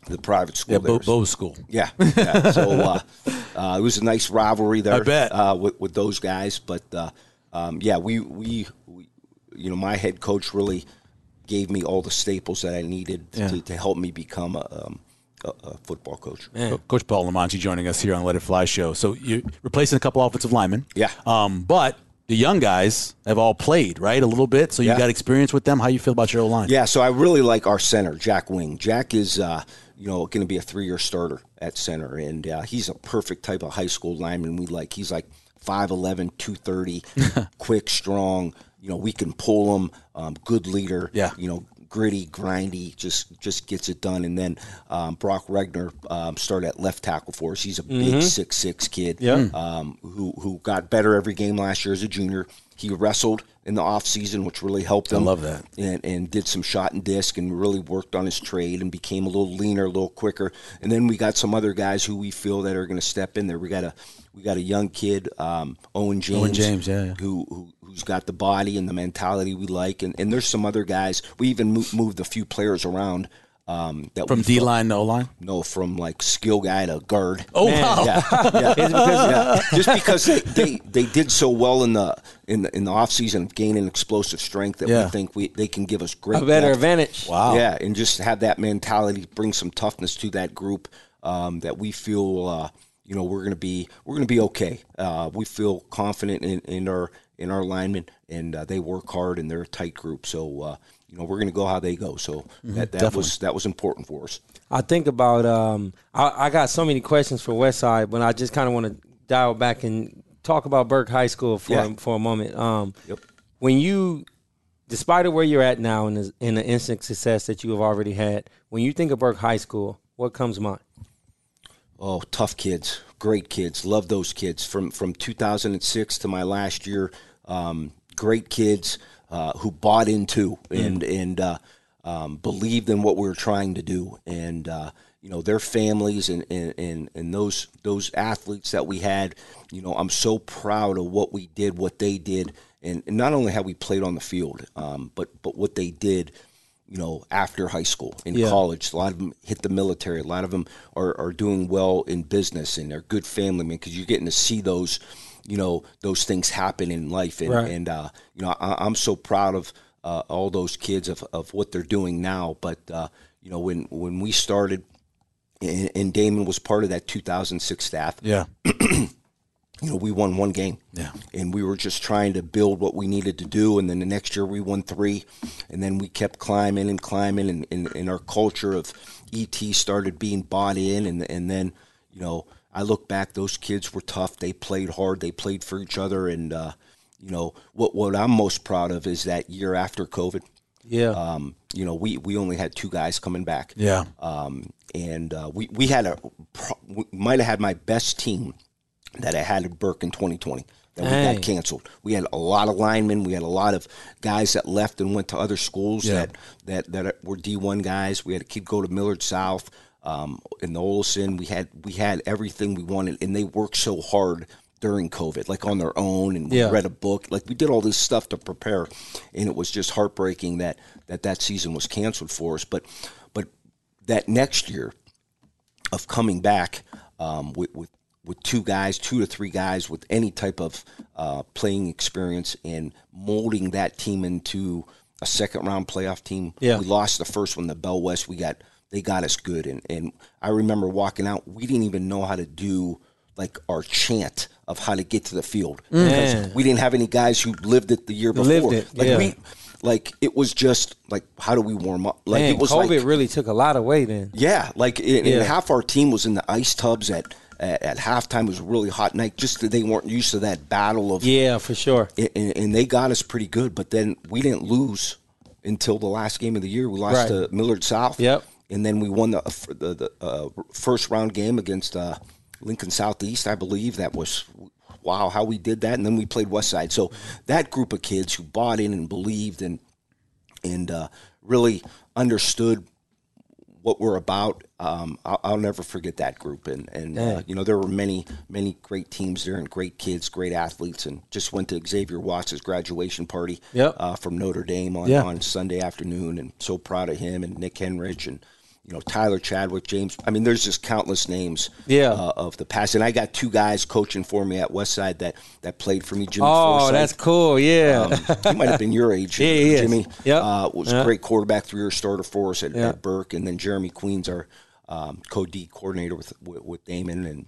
A: the private school.
B: Yeah,
A: there.
B: Bo, Bo's school.
A: Yeah. yeah. So uh, uh, it was a nice rivalry there.
B: I bet.
A: uh, with, with those guys. But uh, um, yeah, we, we we you know my head coach really gave me all the staples that I needed
B: Yeah.
A: to, to help me become a, um, a, a football coach.
B: Co- Coach Paul Lamonti joining us here on Let It Fly show. So you're replacing a couple offensive linemen.
A: Yeah.
B: Um, but the young guys have all played, right? A little bit. So you
A: Yeah.
B: got experience with them. How you feel about your O line?
A: Yeah, so I really like our center, Jack Wing. Jack is uh, you know, going to be a three-year starter at center, and uh, he's a perfect type of high school lineman we like. He's like 5'11", 230, quick, strong. You know, we can pull him. Um, good leader.
B: Yeah.
A: You know, gritty, grindy. Just just gets it done. And then um, Brock Regner um, started at left tackle for us. He's a big six six kid.
C: Yeah.
A: Um, who who got better every game last year as a junior. He wrestled in the offseason, which really helped him. I
B: love that.
A: and, and did some shot and disc and really worked on his trade and became a little leaner, a little quicker. And then we got some other guys who we feel that are going to step in there. We got a we got a young kid, um, Owen James,
B: James, yeah, yeah.
A: who, who who's got the body and the mentality we like. And, and there's some other guys. We even mo- moved a few players around um, that
B: From
A: we
B: D line to O line.
A: know from like skill guy to guard.
B: Oh
C: Man.
B: wow!
A: Yeah, yeah. Yeah. Just because they, they, they did so well in the in the, in the off season of gaining explosive strength that
B: Yeah.
A: we think we they can give us great
C: A better
A: depth.
C: advantage.
B: Wow.
A: Yeah, and just have that mentality, bring some toughness to that group um, that we feel, uh, you know, we're gonna be we're gonna be okay. Uh, we feel confident in, in our in our linemen, and uh, they work hard, and they're a tight group. So uh, you know, we're gonna go how they go. So that that was that was important for us.
C: I think about um, I, I got so many questions for Westside, but I just kind of want to dial back and talk about Burke High School for
A: Yeah.
C: for a moment. Um,
A: Yep.
C: When you, despite of where you're at now and the, and the instant success that you have already had, when you think of Burke High School, what comes to mind?
A: Oh, tough kids, great kids. Love those kids from from 2006 to my last year. Um, great kids uh, who bought into and and uh, um, believed in what we were trying to do, and uh, you know their families and, and and and those those athletes that we had. You know, I'm so proud of what we did, what they did, and, and not only how we played on the field, um, but but what they did you know, after high school in college. A lot of them hit the military. A lot of them are, are doing well in business and they're good family men because you're getting to see those, you know, those things happen in life. And,
C: Right.
A: and uh, you know, I, I'm so proud of uh, all those kids of, of what they're doing now. But, uh, you know, when, when we started, and, and Damon was part of that 2006 staff,
B: Yeah.
A: you know, we won one game.
B: Yeah.
A: And we were just trying to build what we needed to do. And then the next year we won three. And then we kept climbing and climbing. And, and, and our culture of ET started being bought in. And, and then, you know, I look back, those kids were tough. They played hard. They played for each other. And, uh, you know, what, what I'm most proud of is that year after COVID,
C: Yeah,
A: um, you know, we, we only had two guys coming back
B: Yeah.
A: um, and uh, we we had a pro- we might have had my best team that I had at Burke in 2020 that we
C: Dang.
A: got canceled. We had a lot of linemen. We had a lot of guys that left and went to other schools
B: Yeah.
A: that that that were D1 guys. We had a kid go to Millard South um, in the Olson. We had we had everything we wanted, and they worked so hard during COVID, like on their own, and we
C: Yeah.
A: read a book. Like we did all this stuff to prepare, and it was just heartbreaking that that that season was canceled for us. But but that next year of coming back um, with, with with two guys, two to three guys with any type of uh, playing experience and molding that team into a second round playoff team.
C: Yeah.
A: We lost the first one, the Bell West. We got they got us good, and and I remember walking out. We didn't even know how to do like our chant of how to get to the field because
C: Man.
A: we didn't have any guys who lived it the year before.
C: Mm. Lived it,
A: like
C: yeah.
A: we, like it was just like how do we warm up? Like
C: man,
A: it was
C: COVID
A: like
C: really took a lot away then.
A: yeah, like and,
C: Yeah.
A: and half our team was in the ice tubs at at, at halftime. It was a really hot night. Just that they weren't used to that battle of
C: Yeah, for sure.
A: and, and they got us pretty good. But then we didn't lose until the last game of the year. We lost
C: Right.
A: to Millard South.
C: Yep.
A: And then we won the the, the uh, first round game against uh, Lincoln Southeast, I believe. That was wow how we did that. And then we played West Side. So that group of kids who bought in and believed and and uh, really understood what we're about. Um, I'll, I'll never forget that group, and and uh, you know there were many many great teams there, and great kids, great athletes, and just went to Xavier Watts' graduation party
C: Yep.
A: uh, from Notre Dame on,
B: Yeah.
A: on Sunday afternoon, and so proud of him and Nick Henrich and you know Tyler Chadwick, James. I mean, there's just countless names
C: Yeah.
A: uh, of the past, and I got two guys coaching for me at Westside that that played for me, Jimmy.
C: Oh,
A: Forsythe,
C: that's cool. Yeah,
A: um, he might have been your age,
C: Yeah, he is.
A: Jimmy.
C: Yep.
A: Uh, was a great quarterback, three-year starter for us at,
C: Yeah.
A: at Burke, and then Jeremy Queen's our um, co-D coordinator with, with with Damon, and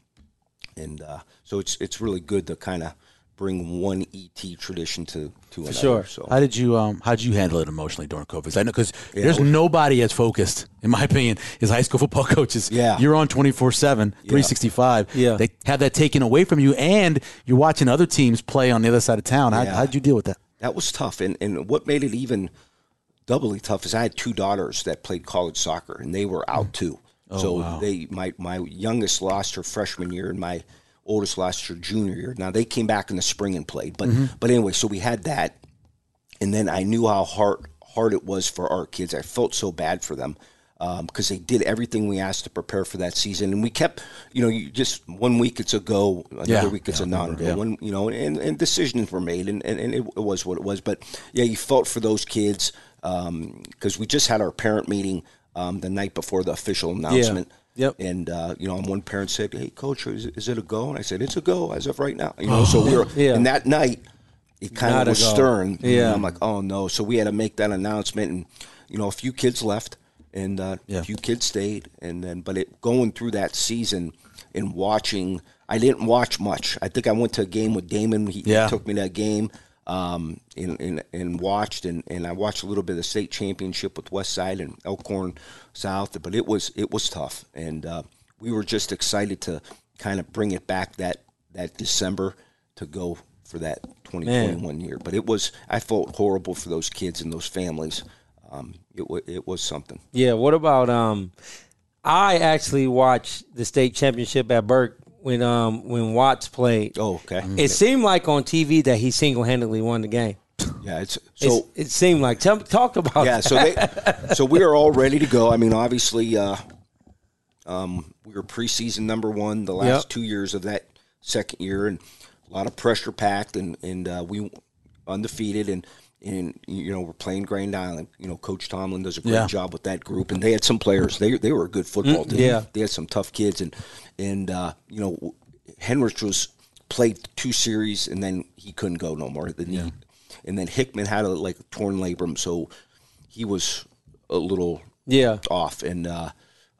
A: and uh, so it's it's really good to kind of bring one ET tradition to to another.
C: sure.
A: So
B: How did you um? How did you handle it emotionally during COVID? 'Cause I know because there's nobody as focused, in my opinion, as high school football coaches.
A: Yeah.
B: you're on 24 seven, 365.
C: Yeah.
B: they have that taken away from you, and you're watching other teams play on the other side of town. How
A: Yeah.
B: how'd you deal with that?
A: that was tough. And and what made it even doubly tough is I had two daughters that played college soccer and they were out too. so they my my youngest lost her freshman year and my oldest lost her junior year. Now they came back in the spring and played, but but anyway, so we had that, and then I knew how hard hard it was for our kids. I felt so bad for them because they did everything we asked to prepare for that season, and we kept you know you just one week it's a go, another
B: Yeah.
A: week it's
B: Yeah,
A: a
B: I
A: non-go,
B: remember, yeah.
A: one you know, and, and decisions were made, and, and, and it, it was what it was. But yeah, you felt for those kids because we just had our parent meeting um, the night before the official announcement.
C: Yep.
A: And uh, you know, and one parent said, "Hey, coach, is, is it a go?" And I said, "It's a go as of right now." You know, so we were
C: Oh, Yeah.
A: and that night it kind
C: Not
A: of
C: a
A: was
C: go.
A: stern. And
C: Yeah.
A: I'm like, "Oh no!" So we had to make that announcement, and you know, a few kids left, and uh,
B: Yeah.
A: a few kids stayed, and then but it going through that season and watching. I didn't watch much. I think I went to a game with Damon. He, he
B: Yeah.
A: took me to a game um, and, and, and watched, and, and I watched a little bit of the state championship with West Side and Elkhorn South. But it was it was tough, and uh, we were just excited to kind of bring it back that that December to go for that 2021 year. But it was I felt horrible for those kids and those families. Um, it wa it was something.
C: Yeah. What about um? I actually watched the state championship at Burke when um when Watts played.
A: Oh, okay.
C: It seemed like on TV that he single handedly won the game.
A: yeah, it's so.
C: It's, it seemed like tell, talk about
A: yeah,
C: that.
A: so they, so we are all ready to go. I mean, obviously, uh, um, we were preseason number one the last
C: Yep.
A: two years of that second year, and a lot of pressure packed, and and uh, we undefeated, and and you know we're playing Grand Island. You know, Coach Tomlin does a great
B: Yeah.
A: job with that group, and they had some players. They they were a good football team.
C: yeah.
A: they had some tough kids, and and uh, you know, Henrich was played two series, and then he couldn't go no more. Then he, and then Hickman had a like torn labrum, so he was a little
C: Yeah.
A: off and uh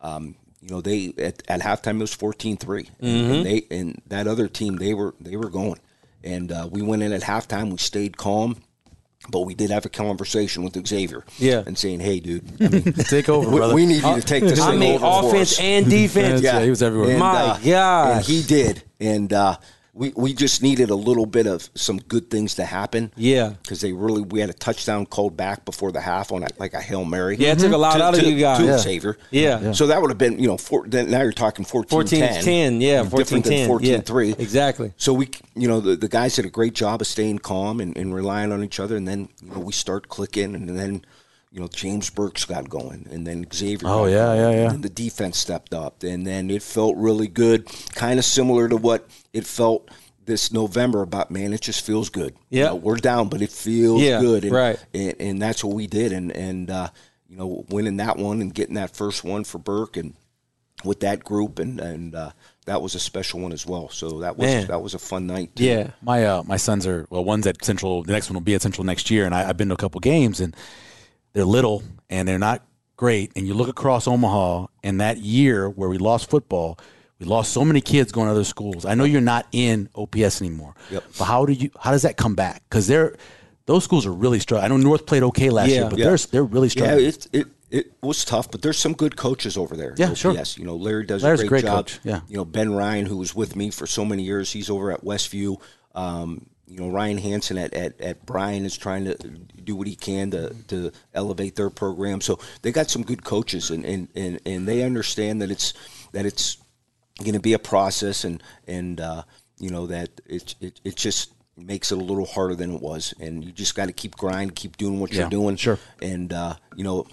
A: um you know they at, at halftime it was 14-3 and,
C: Mm-hmm.
A: and they and that other team they were they were going and uh, we went in at halftime we stayed calm but we did have a conversation with Xavier
C: Yeah. Uh,
A: and saying hey dude I mean,
B: Take over,
A: we,
B: brother.
A: we need you to take this
C: I
A: thing
C: mean,
A: over for
C: offense
A: us.
C: and defense.
B: Yeah, he was everywhere.
C: My gosh.
A: uh, and he did. And uh, we we just needed a little bit of some good things to happen.
C: Yeah.
A: because they really we had a touchdown called back before the half on a, like a hail mary.
C: Yeah, it took a lot
A: to,
C: out of
A: to-
C: you guys.
A: to
C: Yeah.
A: Xavier.
C: Yeah. Yeah.
A: so that would have been you know four, then now you're talking 14
C: 14 10. Yeah. 14
A: different
C: 10.
A: than 14
C: yeah,
A: 3.
C: Exactly.
A: So we, you know, the, the guys did a great job of staying calm and, and relying on each other. And then, you know, we start clicking and then, you know, James Burks got going and then Xavier.
B: Oh,
A: got
B: yeah,
A: going,
B: yeah, yeah.
A: And the defense stepped up and then it felt really good. Kind of similar to what it felt this November about, man, it just feels good. You
C: Yeah.
A: know, we're down, but it feels
C: Yeah,
A: good. And,
C: right.
A: And, and that's what we did. And, and, uh, you know, winning that one and getting that first one for Burke and, with that group, and and uh, that was a special one as well. So that was
C: Man.
A: that was a fun night. too.
C: Yeah.
B: My uh, my sons are well. One's at Central. The next one will be at Central next year. And I, I've been to a couple games, and they're little and they're not great. And you look across Omaha, and that year where we lost football, we lost so many kids going to other schools. I know you're not in OPS anymore.
A: Yep.
B: But how do you? How does that come back? Because they're those schools are really struggling. I know North played okay last
C: Yeah.
B: year, but
A: Yeah.
B: they're they're really
A: yeah,
B: struggling.
A: it it it was tough, but there's some good coaches over there.
B: Yeah,
A: at
B: sure.
A: OPS. you know Larry does
B: Larry's
A: a
B: a
A: great,
B: great
A: job.
B: coach, yeah.
A: you know Ben Ryan, who was with me for so many years, he's over at Westview. Um, you know Ryan Hansen at, at at Bryan is trying to do what he can to to elevate their program. So they got some good coaches, and and and, and they understand that it's that it's going to be a process and and uh, you know that it, it it just makes it a little harder than it was and you just got to keep grind keep doing what
B: Yeah,
A: you're doing
B: sure.
A: and uh, you know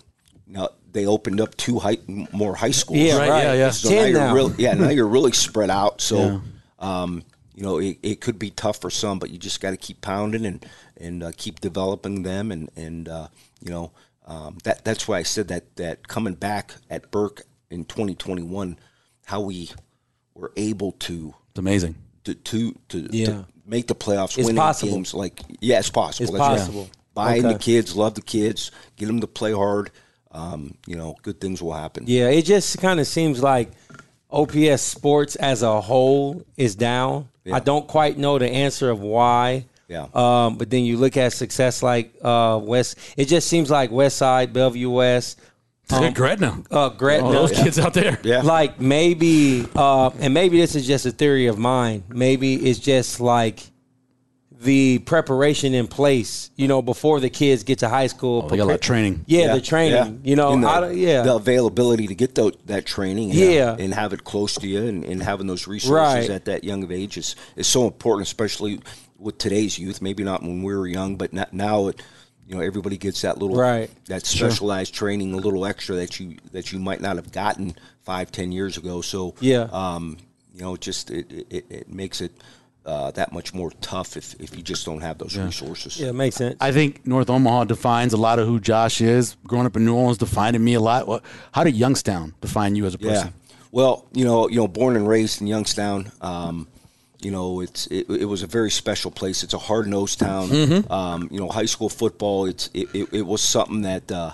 A: now they opened up two high, more high schools
C: Yeah, Right, right.
B: yeah, yeah.
A: so now
C: Ten
A: you're
C: now.
A: really yeah now you're really spread out so um, you know it, it could be tough for some but you just got to keep pounding and and uh, keep developing them and and uh, you know um, that that's why I said that that coming back at Burke in 2021 how we were able to
B: It's amazing.
A: to to, to,
C: Yeah.
A: to make the playoffs,
C: It's
A: winning
C: possible.
A: games. Like yeah, it's possible.
C: It's
A: That's right.
C: possible.
A: Buy in
C: Okay.
A: the kids, love the kids, get them to play hard. Um, you know, good things will happen.
C: Yeah, it just kind of seems like OPS sports as a whole is down.
A: Yeah.
C: I don't quite know the answer of why.
A: Yeah.
C: Um, but then you look at success like uh, West. It just seems like West Side, Bellevue West, um,
B: Gretna.
C: uh, Gretna.
B: All those kids out there.
A: Oh. Yeah.
C: Like maybe, uh, and maybe this is just a theory of mine. Maybe it's just like the preparation in place, you know, before the kids get to high school.
B: Oh, They got a lot of
C: prepare-
B: training.
C: Yeah, the training.
A: yeah.
C: You know,
A: And the,
C: I don't- yeah.
A: the availability to get tho- that training, and
C: Yeah.
A: have- and have it close to you, and, and having those resources
C: Right.
A: at that young of age is is so important, especially with today's youth. Maybe not when we were young, but not, now it, you know, everybody gets that little
C: Right.
A: that specialized training, a little extra that you that you might not have gotten five, ten years ago. So
C: Yeah.
A: um, you know, it just it it, it makes it. Uh, that much more tough if, if you just don't have those resources.
C: yeah, it makes sense.
B: I think North Omaha defines a lot of who Josh is. Growing up in New Orleans defined me a lot. What, how did Youngstown define you as a person?
A: Yeah. Well, you know, you know, born and raised in Youngstown. Um, you know, it's it, it was a very special place. It's a hard nosed town. Um, you know, high school football. It's it, it, it was something that uh,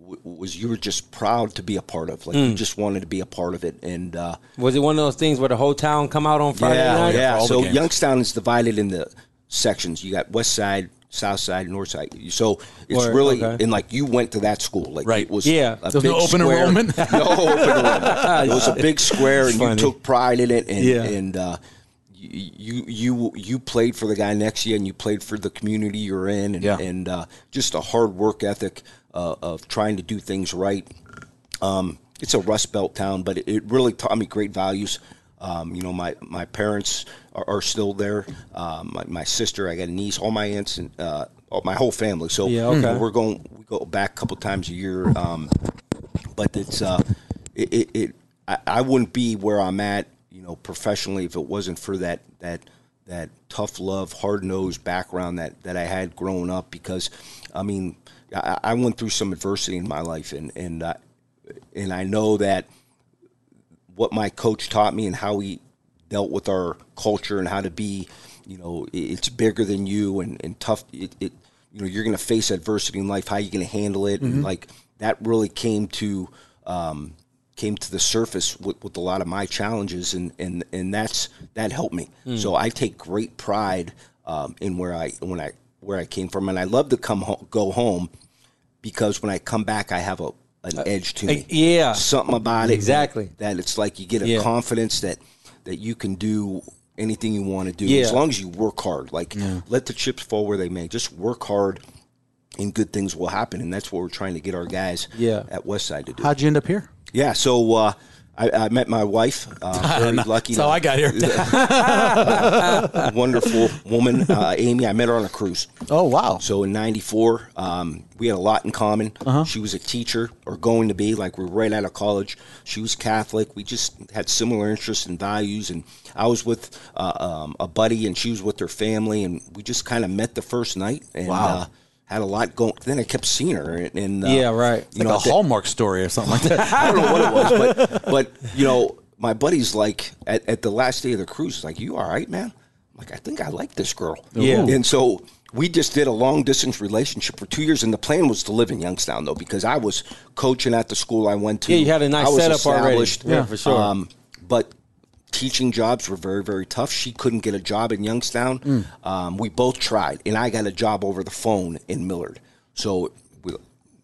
A: w- was you were just proud to be a part of. Like you just wanted to be a part of it, and uh,
C: Was it one of those things where the whole town come out on Friday
A: yeah,
C: night?
A: Yeah,
B: all the
A: so
B: games.
A: Youngstown is divided into sections. You got West Side, South Side, North Side. So it's
C: Word,
A: really
C: okay.
A: and like you went to that school, like
B: Right.
A: It was
C: Yeah.
A: a
B: There was no
A: big
B: open
A: square-
B: enrollment?
A: no open enrollment. It was a big square, and
C: funny.
A: you took pride in it, and
C: Yeah.
A: and. Uh, y- you you you played for the guy next to you, and you played for the community you're in, and,
B: Yeah.
A: and uh, just a hard work ethic uh, of trying to do things right it's a Rust Belt town, but it, it really taught me great values. Um, you know, my, my parents are, are still there. Um, my, my sister, I got a niece, all my aunts, and uh, all, my whole family. So
C: Yeah, okay.
A: you know, we're going we go back a couple times a year. Um, but it's uh, it, it, it I, I wouldn't be where I'm at, you know, professionally if it wasn't for that that that tough love, hard nosed background that that I had growing up. Because I mean, I, I went through some adversity in my life, and and uh, I, and I know that what my coach taught me and how he dealt with our culture and how to be, you know, i- it's bigger than you and, and tough. It, it, you know, you're going to face adversity in life. How you going to handle it? And like that really came to, um, came to the surface with, with a lot of my challenges and, and, and that's, that helped me. So I take great pride, um, in where I, when I, where I came from. And I love to come home, go home because when I come back, I have a, an edge to me.
C: uh, yeah.
A: Something about it.
C: Exactly.
A: That it's like you get a
C: Yeah.
A: confidence that that you can do anything you want to do
C: Yeah.
A: as long as you work hard. Like let the chips fall where they may. Just work hard and good things will happen. And that's what we're trying to get our guys
C: Yeah.
A: at Westside to do.
B: How'd you end up here?
A: yeah. So uh I, I met my wife. Uh, very lucky.
B: That's how I got here.
A: wonderful woman, uh, Amy. I met her on a cruise.
B: oh wow. Uh-huh.
A: So in '94, um, we had a lot in common. She was a teacher, or going to be, like we were right out of college. She was Catholic. We just had similar interests and values. And I was with uh, um, a buddy, and she was with her family, and we just kind of met the first night. And,
B: Wow.
A: Uh, had a lot going. Then I kept seeing her, and, and uh,
C: Yeah, right.
A: You
B: like
A: know,
B: a
A: at the-
B: Hallmark story or something like that.
A: I don't know what it was, but but you know, my buddy's like at, at the last day of the cruise, he's like, "You all right, man?" I'm like, I think I like this girl.
C: Yeah. Ooh.
A: And so we just did a long distance relationship for two years, and the plan was to live in Youngstown though, because I was coaching at the school I went to.
C: Yeah, you had a nice
A: I was
C: setup already.
A: established.
C: Yeah, for sure.
A: Um, but teaching jobs were very very tough. She couldn't get a job in Youngstown. Um, we both tried, and I got a job over the phone in Millard. So we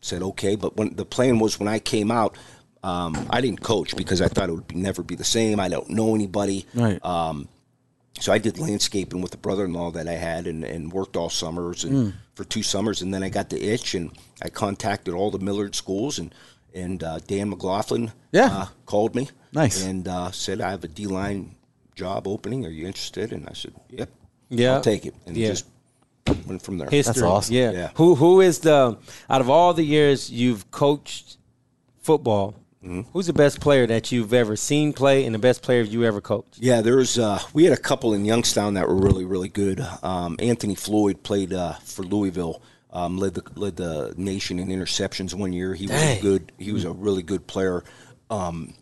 A: said okay, but when the plan was when I came out. Um, I didn't coach because I thought it would be, never be the same. I don't know anybody.
B: right.
A: So I did landscaping with the brother-in-law that I had, and, and worked all summers
B: Hmm.
A: and for two summers, and then I got the itch, and I contacted all the Millard schools, and and uh, Dan McLaughlin,
B: Yeah.
A: uh, called me,
B: Nice.
A: and uh, said I have a D-line job opening. Are you interested? And I said, Yep,
C: Yeah.
B: Uh,
A: I'll take it, and
C: Yeah.
A: just went from there.
C: History.
B: awesome.
C: Yeah.
A: Yeah.
C: Who who is the out of all the years you've coached football, who's the best player that you've ever seen play and the best player you ever coached?
A: Yeah, there was. Uh, we had a couple in Youngstown that were really, really good. Um, Anthony Floyd played uh, for Louisville. Um, led the led the nation in interceptions one year. He was
C: Dang.
A: a good. He was a really good player. Um,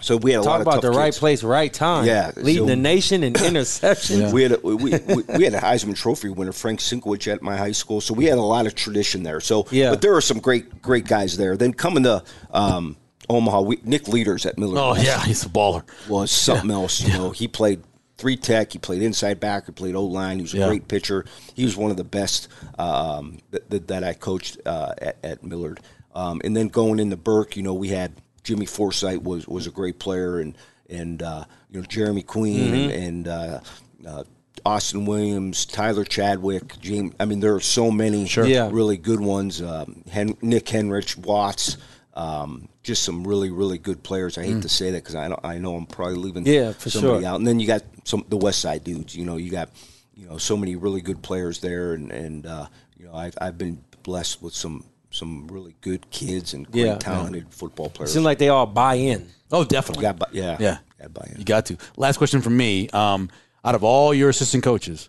A: so we had a lot
C: Talk
A: of
C: about
A: tough
C: the right
A: kids.
C: place, right time.
A: Yeah,
C: Leading
A: so-
C: the nation in interceptions.
A: We had a, we, we, we had a Heisman Trophy winner Frank Sinkowicz at my high school, so we had a lot of tradition there. So
C: Yeah.
A: but there are some great great guys there. Then coming to um,
C: Oh,
A: Omaha, we, Nick Leaders at Miller
B: oh yeah, he's a baller.
A: was something else. You know, he played three tech. He played inside back. He played old line. He was a
B: Yeah.
A: great pitcher. He was one of the best um, that, that, that I coached uh, at, at Millard. Um, and then going into Burke, you know, we had Jimmy Forsythe was was a great player, and and uh, you know Jeremy Queen
B: Mm-hmm.
A: and, and uh, uh, Austin Williams, Tyler Chadwick, James. I mean, there are so many
C: Yeah.
A: really good ones. Um, Hen- Nick Henrich, Watts. Um, just some really, really good players. I hate to say that because I, don't- I know I'm probably leaving
C: Mm. Yeah, for
A: somebody
C: sure.
A: out. And then you got some the West Side dudes. You know, you got you know so many really good players there, and and uh, you know I've I've been blessed with some some really good kids and great
C: Yeah.
A: talented football players.
C: seems like they all buy in.
B: Oh, definitely.
A: Got bu- yeah,
B: Yeah.
A: got buy-in.
B: You got to. Last question from me. Um, out of all your assistant coaches,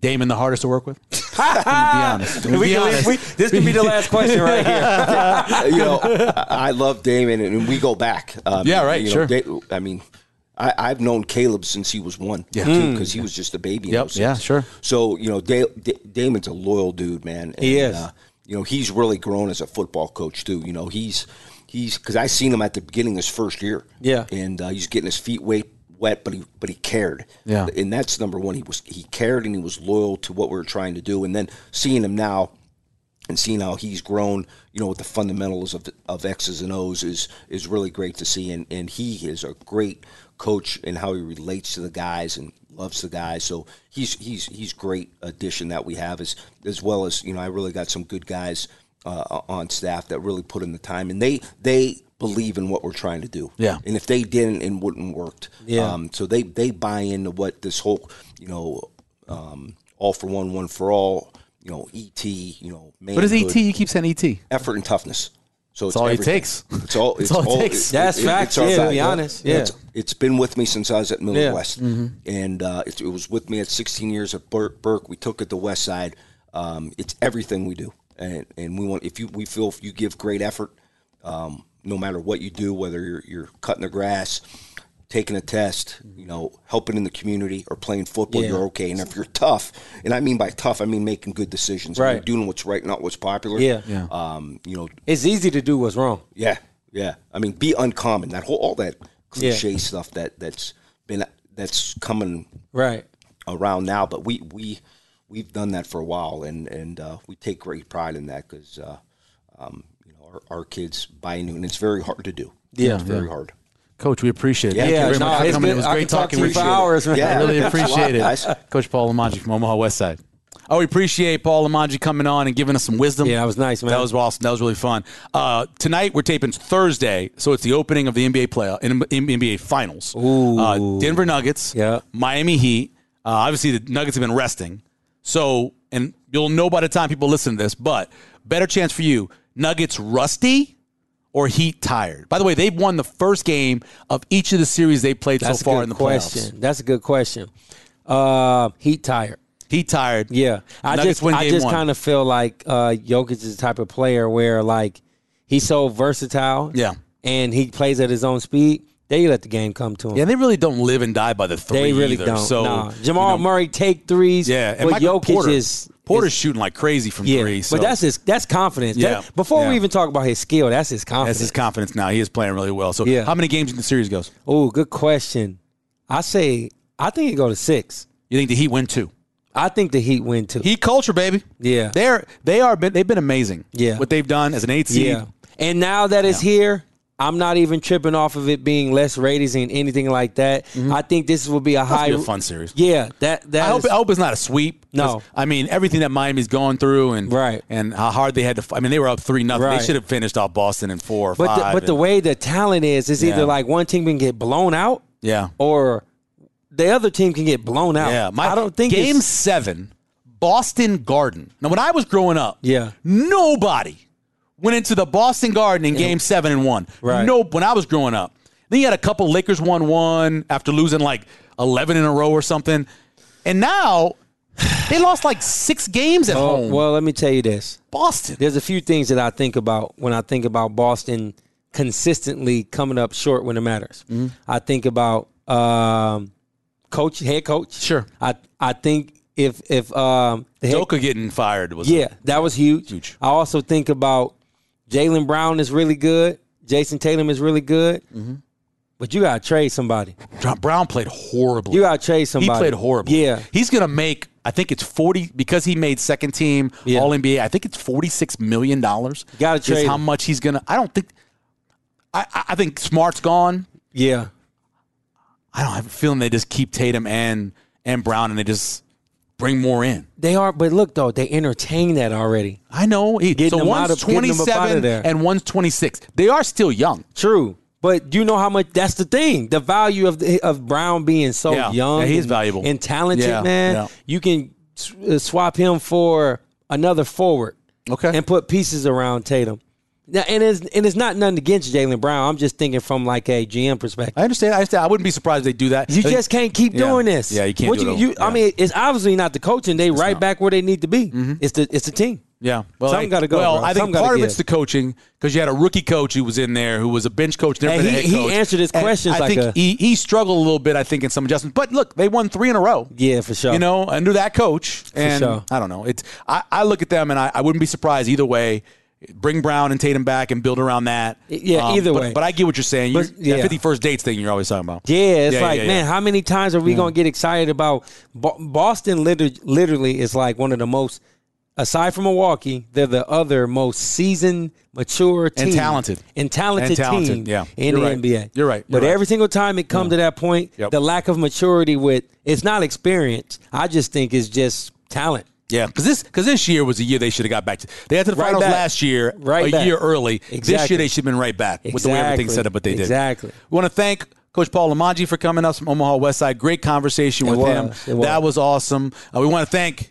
B: Damon the hardest to work with? I'm gonna be honest. I'm gonna
C: We
B: be
C: can-
B: honest.
C: we- this could be the last question right here.
A: you know, I I love Damon, and we go back. Um,
B: Yeah, right,
A: you
B: sure.
A: Da- I mean, I, I've known Caleb since he was one,
B: Yeah. Hmm.
A: because he was just a baby. in
B: Yep,
A: 06.
B: yeah, sure.
A: So you know, da- Da- Damon's a loyal dude, man. And, uh,
C: He is.
A: you know, he's really grown as a football coach too. You know, he's he's because I seen him at the beginning of his first year.
C: Yeah.
A: and uh, he's getting his feet wet, wet, but he but he cared.
B: Yeah.
A: and that's number one. He was he cared and he was loyal to what we were trying to do. And then seeing him now and seeing how he's grown, you know, with the fundamentals of, of X's and O's is is really great to see. And, and he is a great coach in how he relates to the guys and loves the guys. So he's he's he's great addition that we have as as well as you know I really got some good guys uh, on staff that really put in the time and they they believe in what we're trying to do.
B: Yeah.
A: And if they didn't, it wouldn't worked.
C: Yeah.
A: Um, so they they buy into what this whole you know um, all for one, one for all. You know, ET. You know,
B: What E is
A: manhood,
B: ET? You keep saying ET. It's
A: Effort and toughness. So it's,
B: all
A: everything.
B: it takes.
A: It's all. It's,
B: all it takes.
C: That's
A: fact.
C: facts, yeah, to be honest, yeah.
A: it's been with me since I was at Miller
C: Yeah. Mm-hmm.
A: West, and uh, it, it was with me at 16 years at Bur- Burke. We took it to West Side. Um, it's everything we do, and and we want if you we feel if you give great effort, um, no matter what you do, whether you're you're cutting the grass. Taking a test, you know, helping in the community or playing football,
C: Yeah.
A: you're okay. And if you're tough, and I mean by tough, I mean making good decisions, I mean
C: Right.
A: doing what's right, not what's popular.
C: Yeah.
B: Yeah.
A: Um, you know,
C: It's easy to do what's wrong.
A: yeah, yeah. I mean, be uncommon. That whole all that cliche stuff that that's been that's coming
C: Right.
A: around now. But we we we've done that for a while, and and uh, we take great pride in that because uh, um, you know our, our kids buy into, it, and it's very hard to do.
C: Yeah.
A: it's very hard.
B: Coach, we appreciate it.
A: Yeah,
B: Thank you
A: yeah,
B: very
A: no,
B: much for
C: it's
B: coming.
C: been-
B: It was
C: I
B: great
C: could talk
B: talking
C: to you
B: with
C: for
B: you.
C: hours, man.
B: I really
A: Thanks a lot,
B: appreciate it.
A: guys.
B: Coach Paul Lamanji from Omaha West Side. Oh, we appreciate Paul Lamanji coming on and giving us some wisdom.
C: Yeah, that was nice, man.
B: That was awesome. That was really fun. Uh, tonight we're taping Thursday, so it's the opening of the NBA playoff, NBA Finals. Ooh. Uh, Denver Nuggets.
C: Yeah.
B: Miami Heat. Uh, obviously, the Nuggets have been resting, so and you'll know by the time people listen to this. But better chance for you, Nuggets rusty or Heat tired. By the way, they've won the first game of each of the series they played
C: That's
B: so far
C: a good
B: in the playoffs.
C: question. That's a good question. Uh, heat tired.
B: Heat tired.
C: Yeah, I
B: Nuggets
C: just
B: win
C: I
B: game
C: just
B: one.
C: kind of feel like uh, Jokic is the type of player where like he's so versatile.
B: Yeah.
C: and he plays at his own speed. They let the game come to him.
B: Yeah, they really don't live and die by the three.
C: they really
B: either.
C: don't.
B: So
C: nah.
B: you
C: Jamal
B: know,
C: Murray take threes.
B: Yeah, and
C: but
B: Michael
C: Jokic
B: Porter,
C: is
B: Porter's
C: is-
B: shooting like crazy from
C: yeah.
B: three. So
C: But that's his that's confidence. That-
B: Yeah.
C: before
B: Yeah.
C: we even talk about his skill, that's his confidence.
B: that's his confidence now. He is playing really well. So
C: Yeah.
B: how many games in the series goes?
C: oh, good question. I say I think it go to six.
B: You think the Heat win two?
C: I think the Heat win too.
B: Heat culture, baby.
C: Yeah.
B: they're they are been, they've been amazing.
C: Yeah.
B: what they've done as an eight seed.
C: Yeah. And now that it's here, I'm not even tripping off of it being less ratings and anything like that. I think this will be a high
B: Mm-hmm. be a fun series.
C: Yeah, that that
B: I hope,
C: is-
B: I hope it's not a sweep. 'cause,
C: No.
B: I mean everything that Miami's going through and
C: Right.
B: and how hard they had to. f- I mean they were up three nothing.
C: Right.
B: They should have finished off Boston in four or
C: but
B: five.
C: the, but the
B: and-
C: way the talent is is
B: Yeah.
C: either like one team can get blown out
B: yeah
C: or the other team can get blown out.
B: Yeah, my,
C: I don't think it's-
B: game seven, Boston Garden. Now, when I was growing up,
C: Yeah.
B: nobody went into the Boston Garden in game seven and one.
C: Right.
B: Nope. When I was growing up, then you had a couple Lakers won one after losing like eleven in a row or something, and now they lost like six games at
C: Oh,
B: home.
C: well, let me tell you this.
B: Boston.
C: There's a few things that I think about when I think about Boston consistently coming up short when it matters.
B: Mm-hmm.
C: I think about um, coach, head coach.
B: Sure.
C: I I think if if um, the head,
B: Doka getting fired was
C: yeah, that was huge.
B: Huge.
C: I also
B: Mm-hmm.
C: think about Jalen Brown is really good. Jason Tatum is really good. But you gotta trade somebody.
B: John Brown played horribly.
C: You gotta trade
B: he
C: somebody.
B: played horribly.
C: Yeah.
B: He's going to make, I think it's 40, because he made second team
C: Yeah.
B: All NBA, I think it's $46 million.
C: gotta
B: is
C: trade
B: how
C: him.
B: much he's going to. I don't think, I, I I think Smart's gone.
C: Yeah.
B: I don't have a feeling they just keep Tatum and, and Brown and they just bring more in.
C: They are but look though, they entertain that already.
B: I know. He, so
C: Getting them
B: one's
C: out of- getting them up out
B: 27
C: of there.
B: and one's 26. They are still young.
C: True. But you know how much that's the thing. The value of the, of Brown being so
B: Yeah.
C: young
B: Yeah, he's
C: and,
B: valuable.
C: and talented,
B: Yeah.
C: man.
B: Yeah.
C: You can s- uh, swap him for another forward
B: Okay.
C: and put pieces around Tatum. Now, and it's and it's not nothing against Jalen Brown. I'm just thinking from like a GM perspective.
B: I understand. I understand. I wouldn't be surprised if they do that.
C: You
B: I think-
C: just can't keep
B: Yeah.
C: doing this.
B: Yeah, you can't
C: What
B: do it all.
C: you, I
B: Yeah. Mm-hmm.
C: mean, it's obviously not the coaching. They right back where they need to be. It's the it's the team.
B: Yeah, well,
C: Something
B: I-
C: gotta go,
B: Well,
C: bro.
B: I think
C: Something gotta
B: part of
C: give.
B: it's the coaching because you had a rookie coach who was in there who was a bench coach. Never
C: And
B: been a
C: he-
B: head
C: he
B: coach.
C: answered his
B: And
C: questions
B: I
C: like
B: think
C: a-
B: he, he struggled a little bit. I think in some adjustments, but look, they won three in a row.
C: Yeah, for sure.
B: You know, under that coach, and
C: sure.
B: I don't know. It's I, I look at them and I, I wouldn't be surprised either way. Bring Brown and Tatum back and build around that. Um,
C: Yeah, either
B: but-
C: way.
B: But I get what you're saying. You're,
C: But- yeah.
B: That 51st dates thing you're always talking about.
C: Yeah, it's
B: Yeah,
C: like,
B: yeah,
C: man,
B: yeah. Mm.
C: how many times are we gonna get excited about Bo- Boston? Literally, literally is like one of the most, aside from Milwaukee, they're the other most seasoned, mature team
B: talented.
C: and talented,
B: And talented,
C: team
B: yeah.
C: in
B: You're
C: the
B: right.
C: NBA.
B: You're right,
C: But
B: you're right.
C: every single time it comes to that point,
B: Yep.
C: the lack of maturity with it's not experience. I just think it's just talent.
B: Yeah, because this because this year was a year they should have got back to. They had to the
C: Right
B: finals
C: back.
B: last year,
C: Right
B: a
C: back.
B: year early. This
C: Exactly.
B: year they should have been right back with the way everything's
C: Exactly.
B: set up, but they did
C: Exactly.
B: We want to thank Coach Paul Lamaji for coming up from Omaha West Side. Great conversation with
C: was,
B: him.
C: it was.
B: That was awesome. Uh, we want to thank,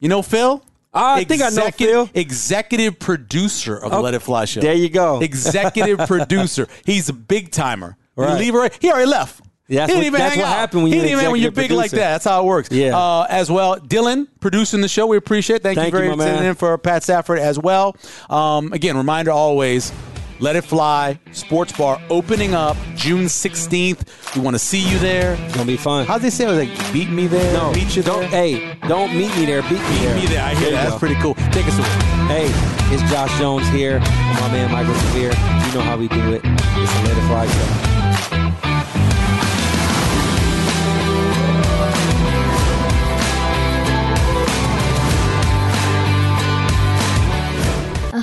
B: you know, Phil.
C: I think I know
B: Execu-
C: Phil. Oh,
B: Executive producer of the Let It Fly show.
C: there you go.
B: Executive producer. He's a big timer. You
C: Right.
B: leave right- He already left.
C: Yeah, that's
B: he didn't
C: what-
B: even
C: that's
B: hang
C: what
B: out.
C: happened when
B: he
C: you're an
B: didn't even when you're
C: executive
B: big like
C: producer.
B: that. That's how it works.
C: Yeah.
B: Uh, as well, Dylan producing the show. We appreciate. it. Thank,
C: Thank
B: you
C: you,
B: very
C: my
B: much.
C: man.
B: in for Pat Safford as well. Um, again, reminder always. Let it fly. Sports bar opening up June 16th. We want to see you there.
C: It's gonna be fun.
B: How'd they say it? Like beat me there.
C: No,
B: beat you
C: don't.
B: there.
C: Hey, don't meet me there. Beat me there.
B: Beat me there. I
C: There
B: hear
C: you
B: that.
C: go.
B: That's pretty cool. Take us away.
C: Hey, it's Josh Jones here. and My man Michael Severe. You know how we do it. It's the Let It Fly Show.
D: a